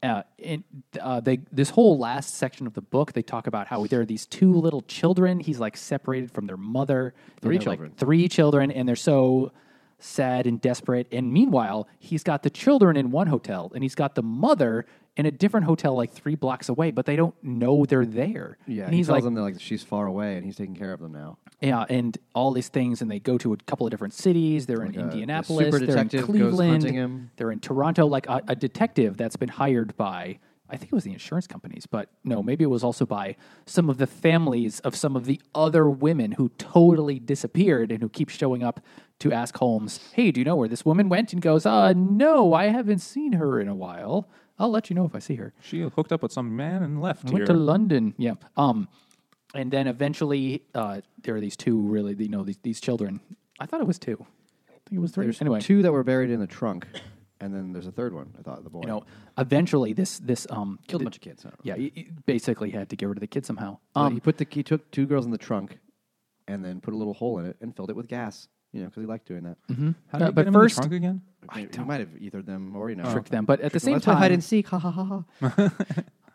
Speaker 1: Uh, and, uh, they, this whole last section of the book, they talk about how there are these two little children. He's like separated from their mother.
Speaker 3: Three
Speaker 1: They're, like,
Speaker 3: children.
Speaker 1: three children and they're so sad and desperate and meanwhile he's got the children in one hotel and he's got the mother in a different hotel like three blocks away but they don't know they're there
Speaker 3: Yeah.
Speaker 1: and
Speaker 3: he
Speaker 1: he's
Speaker 3: tells
Speaker 1: like
Speaker 3: them that like she's far away and he's taking care of them now.
Speaker 1: yeah and all these things and they go to a couple of different cities they're in
Speaker 3: a- a
Speaker 1: indianapolis
Speaker 3: uh, super
Speaker 1: they're in
Speaker 3: detective goes
Speaker 1: cleveland
Speaker 3: hunting him.
Speaker 1: they're in toronto like a, a detective that's been hired by I think it was the insurance companies, but no, maybe it was also by some of the families of some of the other women who totally disappeared and who keep showing up to ask Holmes, "Hey, do you know where this woman went?" and goes, "Uh, no, I haven't seen her in a while. I'll let you know if I see her."
Speaker 2: She hooked up with some man and left here.
Speaker 1: Went to London. Yeah. Um, and then eventually, uh, there are these two really, you know, these these children. I thought it was two. I think it was three. anyway,
Speaker 3: Two that were buried in the trunk, and then there's a third one. I thought the boy.
Speaker 1: you know, eventually this this um
Speaker 3: killed
Speaker 1: th-
Speaker 3: a bunch of kids. I don't know.
Speaker 1: Yeah, he- he basically had to get rid of the kid somehow.
Speaker 3: But
Speaker 1: Um,
Speaker 3: he put the he took two girls in the trunk, and then put a little hole in it and filled it with gas. You know, because he liked doing that. Mm-hmm.
Speaker 2: How did
Speaker 1: Uh,
Speaker 2: you
Speaker 1: but
Speaker 2: get him in the
Speaker 1: first-
Speaker 2: trunk again?
Speaker 3: I he might have ethered them or you know
Speaker 1: Tricked them, but at the same
Speaker 3: Let's play hide
Speaker 1: time-
Speaker 3: and seek. Ha ha ha ha.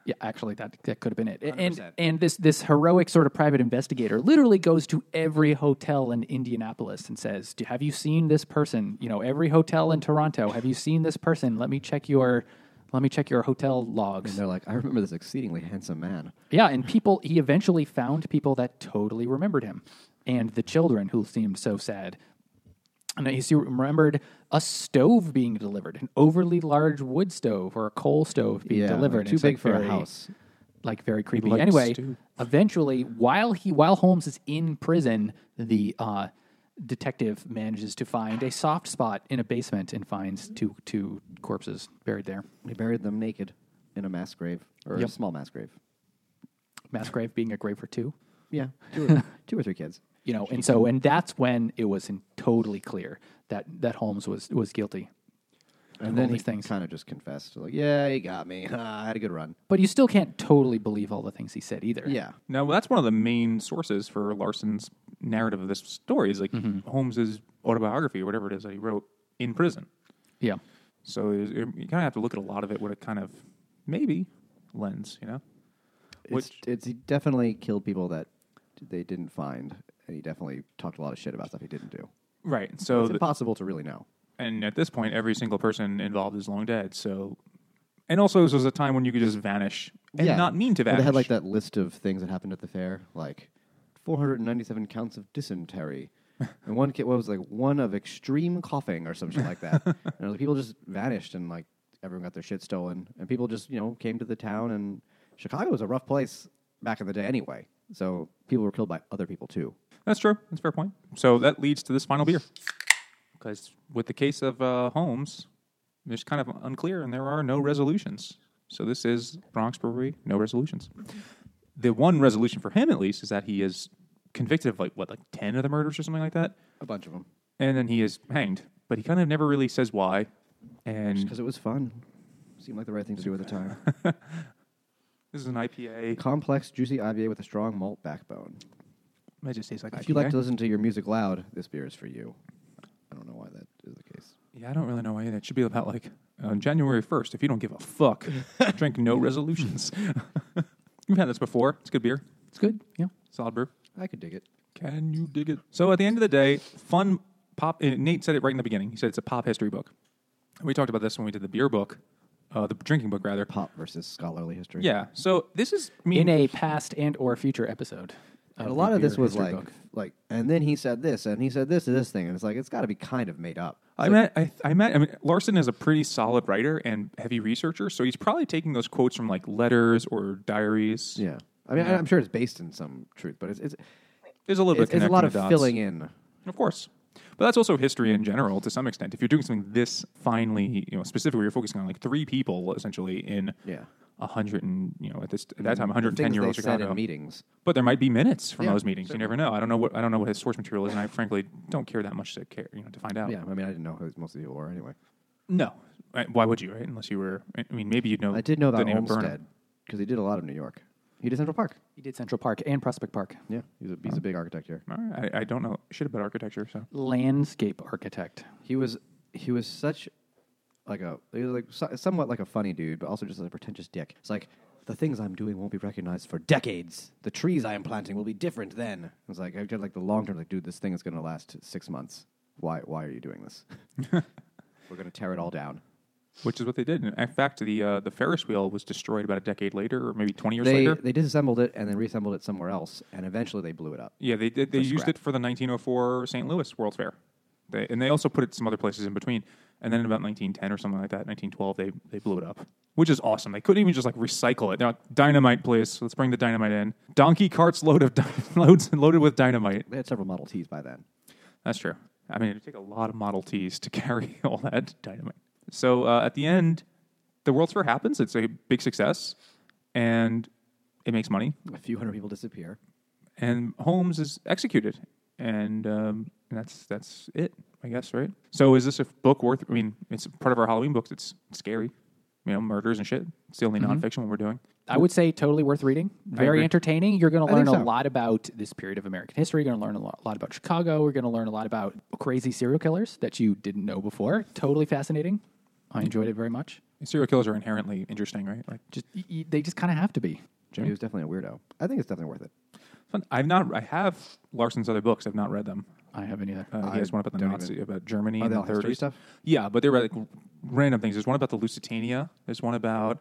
Speaker 1: Yeah, actually, that that could have been it. A- And
Speaker 3: 100%.
Speaker 1: and this this heroic sort of private investigator literally goes to every hotel in Indianapolis and says, "Do- "Have you seen this person? You know, every hotel in Toronto. Have you seen this person? Let me check your, let me check your hotel logs."
Speaker 3: And they're like, I remember this exceedingly handsome man.
Speaker 1: Yeah, and people he eventually found people that totally remembered him, and the children who seemed so sad. And he see- remembered a stove being delivered, an overly large wood stove or a coal stove being
Speaker 3: Yeah, like
Speaker 1: delivered.
Speaker 3: too
Speaker 1: It's,
Speaker 3: big
Speaker 1: like,
Speaker 3: for a
Speaker 1: very-
Speaker 3: house.
Speaker 1: like very creepy.
Speaker 2: likes
Speaker 1: Anyway,
Speaker 2: stew.
Speaker 1: eventually, while he while Holmes is in prison, the uh, detective manages to find a soft spot in a basement and finds two two corpses buried there.
Speaker 3: He buried them naked in a mass grave or
Speaker 1: Yep.
Speaker 3: a small mass grave.
Speaker 1: Mass grave being a grave for two.
Speaker 3: Yeah, two or, two or three kids.
Speaker 1: you know and so and that's when it was in totally clear that that holmes was was guilty
Speaker 3: And
Speaker 1: Of
Speaker 3: then
Speaker 1: all
Speaker 3: he
Speaker 1: these things.
Speaker 3: kind of just confessed, like, "Yeah, he got me. I had a good run."
Speaker 1: but you still can't totally believe all the things he said either
Speaker 3: Yeah,
Speaker 2: Now that's one of the main sources for Larson's narrative of this story is like
Speaker 3: Mm-hmm.
Speaker 2: Holmes's autobiography or whatever it is that he wrote in prison.
Speaker 1: yeah
Speaker 2: So it was- you kind of have to look at a lot of it with a kind of maybe lens, you know.
Speaker 3: it's,
Speaker 2: Which-
Speaker 3: it's he definitely killed people that they didn't find, and he definitely talked a lot of shit about stuff he didn't do.
Speaker 2: Right. So
Speaker 3: It's impossible to really know.
Speaker 2: and at this point, every single person involved is long dead. So, and also this was a time when you could just vanish and
Speaker 3: yeah.
Speaker 2: not mean to
Speaker 3: Well,
Speaker 2: vanish.
Speaker 3: They had like that list of things that happened at the fair, like 497 counts of dysentery, and one kid what was it, like one of extreme coughing or something like that. and it was, people just vanished, and like everyone got their shit stolen, and people just you know came to the town, and Chicago was a rough place back in the day anyway. So people were killed by other people too.
Speaker 2: That's true. That's a fair point. So that leads to this final beer. Because with the case of uh, Holmes, it's kind of unclear and there are no resolutions. So this is Bronx Brewery, no resolutions. The one resolution for him, at least, is that he is convicted of like, what, like 10 of the murders or something like that?
Speaker 3: A bunch of them
Speaker 2: And then he is hanged. But he kind of never really says why. And
Speaker 3: because it was fun. Seemed like the right thing to do at the time.
Speaker 2: this is an IPA.
Speaker 3: Complex, juicy IBA with a strong malt backbone.
Speaker 2: It just tastes like
Speaker 3: If you like to listen to your music loud, this beer is for you. I don't know why that is the case.
Speaker 2: Yeah, I don't really know why that should be about like on January 1st. If you don't give a fuck, drink no resolutions. We've had this before. It's good beer,
Speaker 1: it's good yeah
Speaker 2: solid brew.
Speaker 3: I could dig it.
Speaker 2: Can you dig it? So at the end of the day, fun pop. and Nate said it right in the beginning. He said it's a pop history book. We talked about this when we did the beer book, uh, the drinking book rather.
Speaker 3: Pop versus scholarly history.
Speaker 2: Yeah. So this is I mean,
Speaker 1: in a past and or future episode
Speaker 3: And a
Speaker 1: the
Speaker 3: lot of this
Speaker 1: Beer
Speaker 3: was
Speaker 1: History
Speaker 3: like,
Speaker 1: book.
Speaker 3: like, and then he said this, and he said this to this thing, and it's like it's got to be kind of made up.
Speaker 2: I met, I, I met, I mean, Larson is a pretty solid writer and heavy researcher, so he's probably taking those quotes from like letters or diaries.
Speaker 3: Yeah, I mean, I I'm sure it's based in some truth, but it's it's
Speaker 2: There's a little
Speaker 3: it's,
Speaker 2: bit
Speaker 3: it's a lot of
Speaker 2: connecting the dots.
Speaker 3: filling in.
Speaker 2: Of course. But that's also history in general to some extent. If you're doing something this finely, you know, specifically, you're focusing on like three people essentially in
Speaker 3: Yeah. Mm-hmm.
Speaker 2: a hundred and you know at this at that time, 110
Speaker 3: Things
Speaker 2: year
Speaker 3: they
Speaker 2: old
Speaker 3: said
Speaker 2: Chicago.
Speaker 3: in meetings.
Speaker 2: But there might be minutes from
Speaker 3: Yeah,
Speaker 2: those meetings. You never know. I don't know what I don't know what his source material is, and I frankly don't care that much to care you know to find out.
Speaker 3: Yeah, I mean, I didn't know who most of the people were anyway.
Speaker 2: No. Right, Why would you, right? Unless you were, I mean, maybe you'd know.
Speaker 3: I did know
Speaker 2: the
Speaker 3: about
Speaker 2: name of Burnham.
Speaker 3: Olmsted because he did a lot of New York. He did Central Park.
Speaker 1: he did central park and prospect park
Speaker 3: Yeah, he's a he's a big architect here.
Speaker 2: All right, I, I don't know shit about architecture, so
Speaker 1: landscape architect
Speaker 3: He was he was such like a he was like so, somewhat like a funny dude, but also just a pretentious dick. It's like the things I'm doing won't be recognized for decades. The trees I am planting will be different then. It's like I've got like the long term. Like, dude, this thing is going to last six months. Why why are you doing this? We're going to tear it all down.
Speaker 2: which is what they did. In fact, the uh, the Ferris wheel was destroyed about a decade later, or maybe 20 years
Speaker 3: They
Speaker 2: later.
Speaker 3: they disassembled it and then reassembled it somewhere else, and eventually they blew it up.
Speaker 2: Yeah, they did. They used
Speaker 3: scrap.
Speaker 2: oh it for the 1904 St. Louis World's Fair, they, and they also put it some other places in between. And then in about 1910 or something like that, 1912, they, they blew it up, which is awesome. They couldn't even just like recycle it. Now, dynamite, please. Let's bring the dynamite in. Donkey carts load of dy- loads loaded with dynamite.
Speaker 3: They had several Model Ts by then.
Speaker 2: That's true. I mean, it'd take a lot of Model Ts to carry all that dynamite. So uh, at the end, the World's Fair happens. It's a big success, and it makes money.
Speaker 3: A few hundred people disappear.
Speaker 2: And Holmes is executed, and um, and that's that's it, I guess, right? So is this a book worth? I mean, it's part of our Halloween books. It's scary, you know, murders and shit. It's the only nonfiction one we're doing.
Speaker 1: I would say totally worth reading. Very
Speaker 2: agree.
Speaker 1: entertaining. You're going to learn
Speaker 3: think
Speaker 1: a
Speaker 3: so.
Speaker 1: lot about this period of American history. You're going to learn a lo- lot about Chicago. We're going to learn a lot about crazy serial killers that you didn't know before. Totally fascinating. I enjoyed it very much.
Speaker 2: Serial killers are inherently interesting, right? Like,
Speaker 1: Just y- y- they just kind of have to be.
Speaker 3: He was definitely a weirdo. I think it's definitely worth it.
Speaker 2: fun. I've not. I have Larson's other books. I've not read them.
Speaker 1: I haven't either.
Speaker 2: Uh, he has one about the
Speaker 3: don't
Speaker 2: Nazi, about Germany in
Speaker 3: they
Speaker 2: the
Speaker 3: all history
Speaker 2: 30s.
Speaker 3: stuff?
Speaker 2: Yeah, but they're like random things. There's one about the Lusitania. There's one about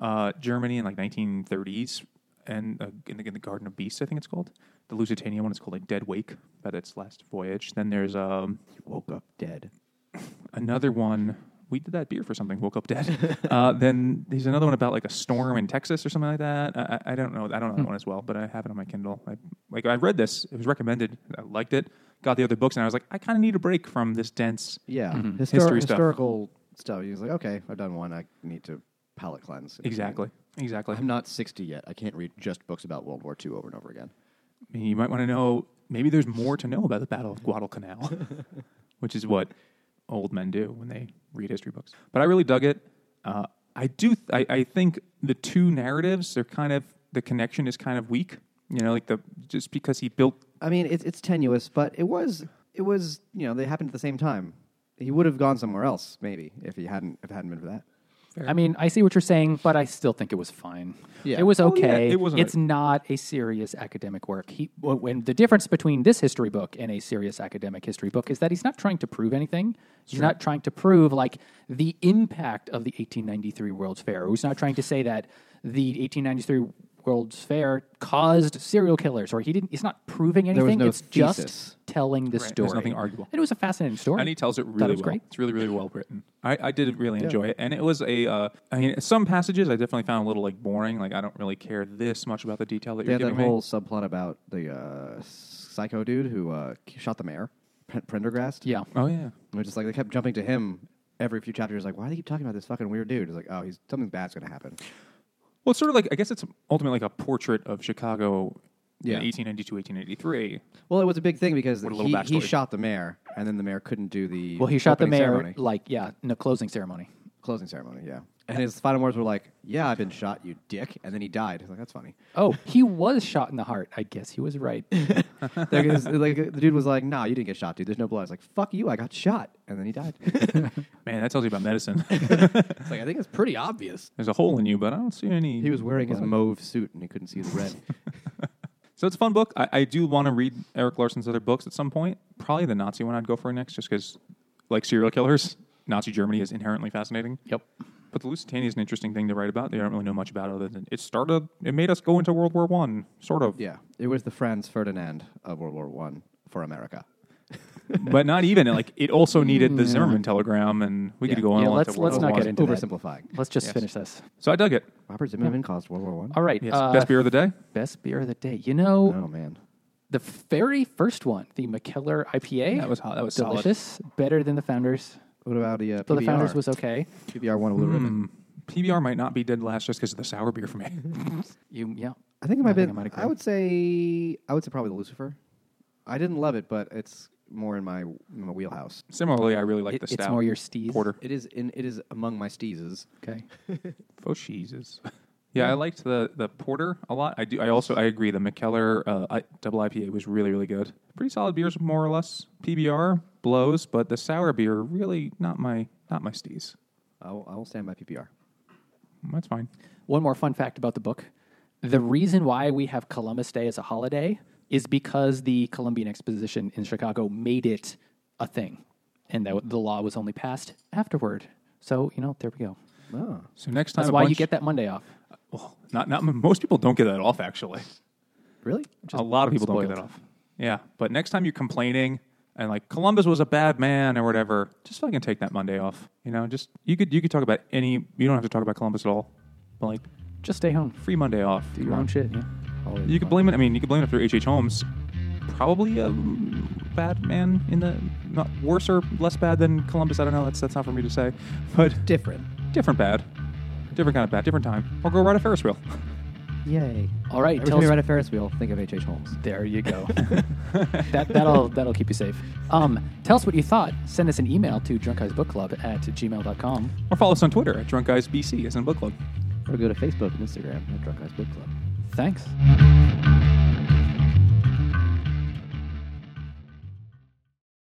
Speaker 2: uh, Germany in like 1930s and uh, in, the, in the Garden of Beasts, I think it's called. The Lusitania one is called like Dead Wake, about its last voyage. Then there's um,
Speaker 3: Woke up dead.
Speaker 2: another one. We did that beer for something. Woke up dead. uh, then there's another one about like a storm in Texas or something like that. I, I I don't know. I don't know that one as well, but I have it on my Kindle. I, like I read this. It was recommended. I liked it. Got the other books, and I was like, I kind of need a break from this dense.
Speaker 3: Yeah. Histori-
Speaker 2: Mm-hmm. History stuff.
Speaker 3: historical stuff. He was like, okay, I've done one. I need to palate cleanse.
Speaker 2: Exactly. Exactly.
Speaker 3: I'm not 60 yet. I can't read just books about World War II over and over again.
Speaker 2: I mean, you might want to know. Maybe there's more to know about the Battle of Guadalcanal, which is what old men do when they read history books. But I really dug it. Uh, I do. I, I think the two narratives are kind of the connection is kind of weak. You know, like the just because he built.
Speaker 3: I mean, it's it's tenuous, but it was it was you know they happened at the same time. He would have gone somewhere else maybe if he hadn't if it hadn't been for that.
Speaker 1: I mean, I see what you're saying, but I still think it was fine.
Speaker 3: Yeah.
Speaker 1: It was
Speaker 2: Oh, yeah,
Speaker 1: okay.
Speaker 2: it wasn't
Speaker 1: it's
Speaker 2: a-
Speaker 1: not a serious academic work. He wh- when the difference between this history book and a serious academic history book is that he's not trying to prove anything. He's not trying to prove like the impact of the 1893 World's Fair. He's not trying to say that the 1893 World's Fair caused serial killers, or he didn't. He's not proving anything.
Speaker 3: was no
Speaker 1: it's
Speaker 3: thesis.
Speaker 1: just telling the story.
Speaker 2: There's nothing arguable.
Speaker 1: And it was a fascinating story.
Speaker 2: And he tells it
Speaker 1: Thought
Speaker 2: really
Speaker 1: was
Speaker 2: well.
Speaker 1: great.
Speaker 2: It's really, really well written. I, I did really enjoy it, and it was a. Uh, I mean, some passages I definitely found a little like boring. Like I don't really care this much about the detail that
Speaker 3: They
Speaker 2: you're
Speaker 3: had that
Speaker 2: giving me.
Speaker 3: whole subplot about the uh, psycho dude who uh, shot the mayor, Pre- Prendergast.
Speaker 1: Yeah.
Speaker 2: oh yeah,
Speaker 3: which is like they kept jumping to him every few chapters. Like, why do they keep talking about this fucking weird dude? It's like, oh, he's something bad's gonna happen.
Speaker 2: Well, it's sort of like I guess it's ultimately like a portrait of Chicago
Speaker 3: Yeah.
Speaker 2: in 1892, 1883.
Speaker 3: Well, it was a big thing because
Speaker 2: With a little
Speaker 3: he, he
Speaker 2: backstory.
Speaker 3: shot the mayor, and then the mayor couldn't do the
Speaker 1: Well, he shot the
Speaker 3: opening
Speaker 1: mayor
Speaker 3: ceremony,
Speaker 1: like yeah, in the closing ceremony.
Speaker 3: closing ceremony. Yeah, and his final words were like, "Yeah, I've been shot, you dick," and then he died. I was Like that's funny.
Speaker 1: Oh, he was shot in the heart. I guess he was right.
Speaker 3: Like, it's- like, the dude was like, "Nah, you didn't get shot, dude. There's no blood." I was like, "Fuck you, I got shot," and then he died.
Speaker 2: Man, that tells you about medicine.
Speaker 3: it's like I think it's pretty obvious.
Speaker 2: There's a hole in you, but I don't see any.
Speaker 3: He was wearing his mauve suit and he couldn't see the red.
Speaker 2: so it's a fun book. I, I do want to read Eric Larson's other books at some point. Probably the Nazi one I'd go for next, just because, like serial killers, Nazi Germany is inherently fascinating.
Speaker 1: yep.
Speaker 2: But the Lusitania is an interesting thing to write about. They don't really know much about it other than it started. It made us go into World War One, sort of.
Speaker 3: yeah, it was the Franz Ferdinand of World War One for America.
Speaker 2: but not even like it also needed the Zimmerman telegram, and we could
Speaker 3: Yeah.
Speaker 2: go on.
Speaker 1: Yeah,
Speaker 2: to
Speaker 1: let's-
Speaker 2: World
Speaker 1: let's
Speaker 2: War
Speaker 1: not get
Speaker 2: One.
Speaker 1: into that.
Speaker 3: Oversimplifying.
Speaker 1: Let's just finish this.
Speaker 2: So I dug it.
Speaker 3: Robert Zimmerman caused World War One.
Speaker 1: All right.
Speaker 2: Yes,
Speaker 1: uh,
Speaker 2: best beer of the day.
Speaker 1: best beer of the day. You know,
Speaker 3: Oh man,
Speaker 1: the very first one, the McKellar IPA.
Speaker 2: That was hot. That was solid.
Speaker 1: delicious. Better than the Founders.
Speaker 3: what about the Hmm. uh,
Speaker 1: Though
Speaker 3: PBR?
Speaker 1: the Founders was okay.
Speaker 3: PBR won a blue ribbon.
Speaker 2: PBR might not be dead last just because of the sour beer for me.
Speaker 1: You yeah.
Speaker 3: I think it might
Speaker 1: think
Speaker 3: have been.
Speaker 1: I might agree.
Speaker 3: I would say I would say probably the Lucifer. I didn't love it, but it's more in my, in my wheelhouse.
Speaker 2: Similarly, I really like
Speaker 1: It-
Speaker 2: the
Speaker 1: it's
Speaker 2: stout.
Speaker 1: more your steez.
Speaker 2: porter.
Speaker 3: It is in it is among my steezes.
Speaker 1: Okay.
Speaker 2: Oh, cheeses. Yeah, I liked the the porter a lot. I do. I also I agree. The McKellar uh, I, double IPA was really really good. Pretty solid beers, more or less. PBR blows, but the sour beer really not my not my steez.
Speaker 3: I will, I will stand by PBR.
Speaker 2: That's fine.
Speaker 1: One more fun fact about the book. The reason why we have Columbus Day as a holiday is because the Columbian Exposition in Chicago made it a thing. And that the law was only passed afterward. So, you know, there we go.
Speaker 3: Oh.
Speaker 2: So next time,
Speaker 1: That's
Speaker 2: a
Speaker 1: why you
Speaker 2: bunch-
Speaker 1: get that Monday off.
Speaker 2: Well, not not most people don't get that off actually.
Speaker 3: Really?
Speaker 2: a lot of people don't
Speaker 1: spoiled.
Speaker 2: get that off. Yeah, but next time you're complaining and like Columbus was a bad man or whatever, just fucking take that Monday off. You know, just you could you could talk about any. You don't have to talk about Columbus at all, but like
Speaker 1: Just stay home.
Speaker 2: free Monday off.
Speaker 1: Do your own shit. Yeah.
Speaker 3: Always
Speaker 2: You could
Speaker 3: fun.
Speaker 2: blame it. I mean, you could blame it for H.H. Holmes. Probably a bad man in the not worse or less bad than Columbus. I don't know. That's that's not for me to say, but
Speaker 3: different.
Speaker 2: different bad, different kind of bad, different time. Or go ride a Ferris wheel.
Speaker 3: Yay!
Speaker 1: All right,
Speaker 3: Every
Speaker 1: tell
Speaker 3: time you
Speaker 1: us-
Speaker 3: ride a Ferris wheel, think of H.H. Holmes.
Speaker 1: There you go. that that'll that'll keep you safe. Um, tell us what you thought. Send us an email to drunkeyesbookclub at gmail.com.
Speaker 2: Or follow us on Twitter at Drunk Guys BC as in book club.
Speaker 3: Or go to Facebook and Instagram at Drunk Guys Book Club.
Speaker 1: Thanks.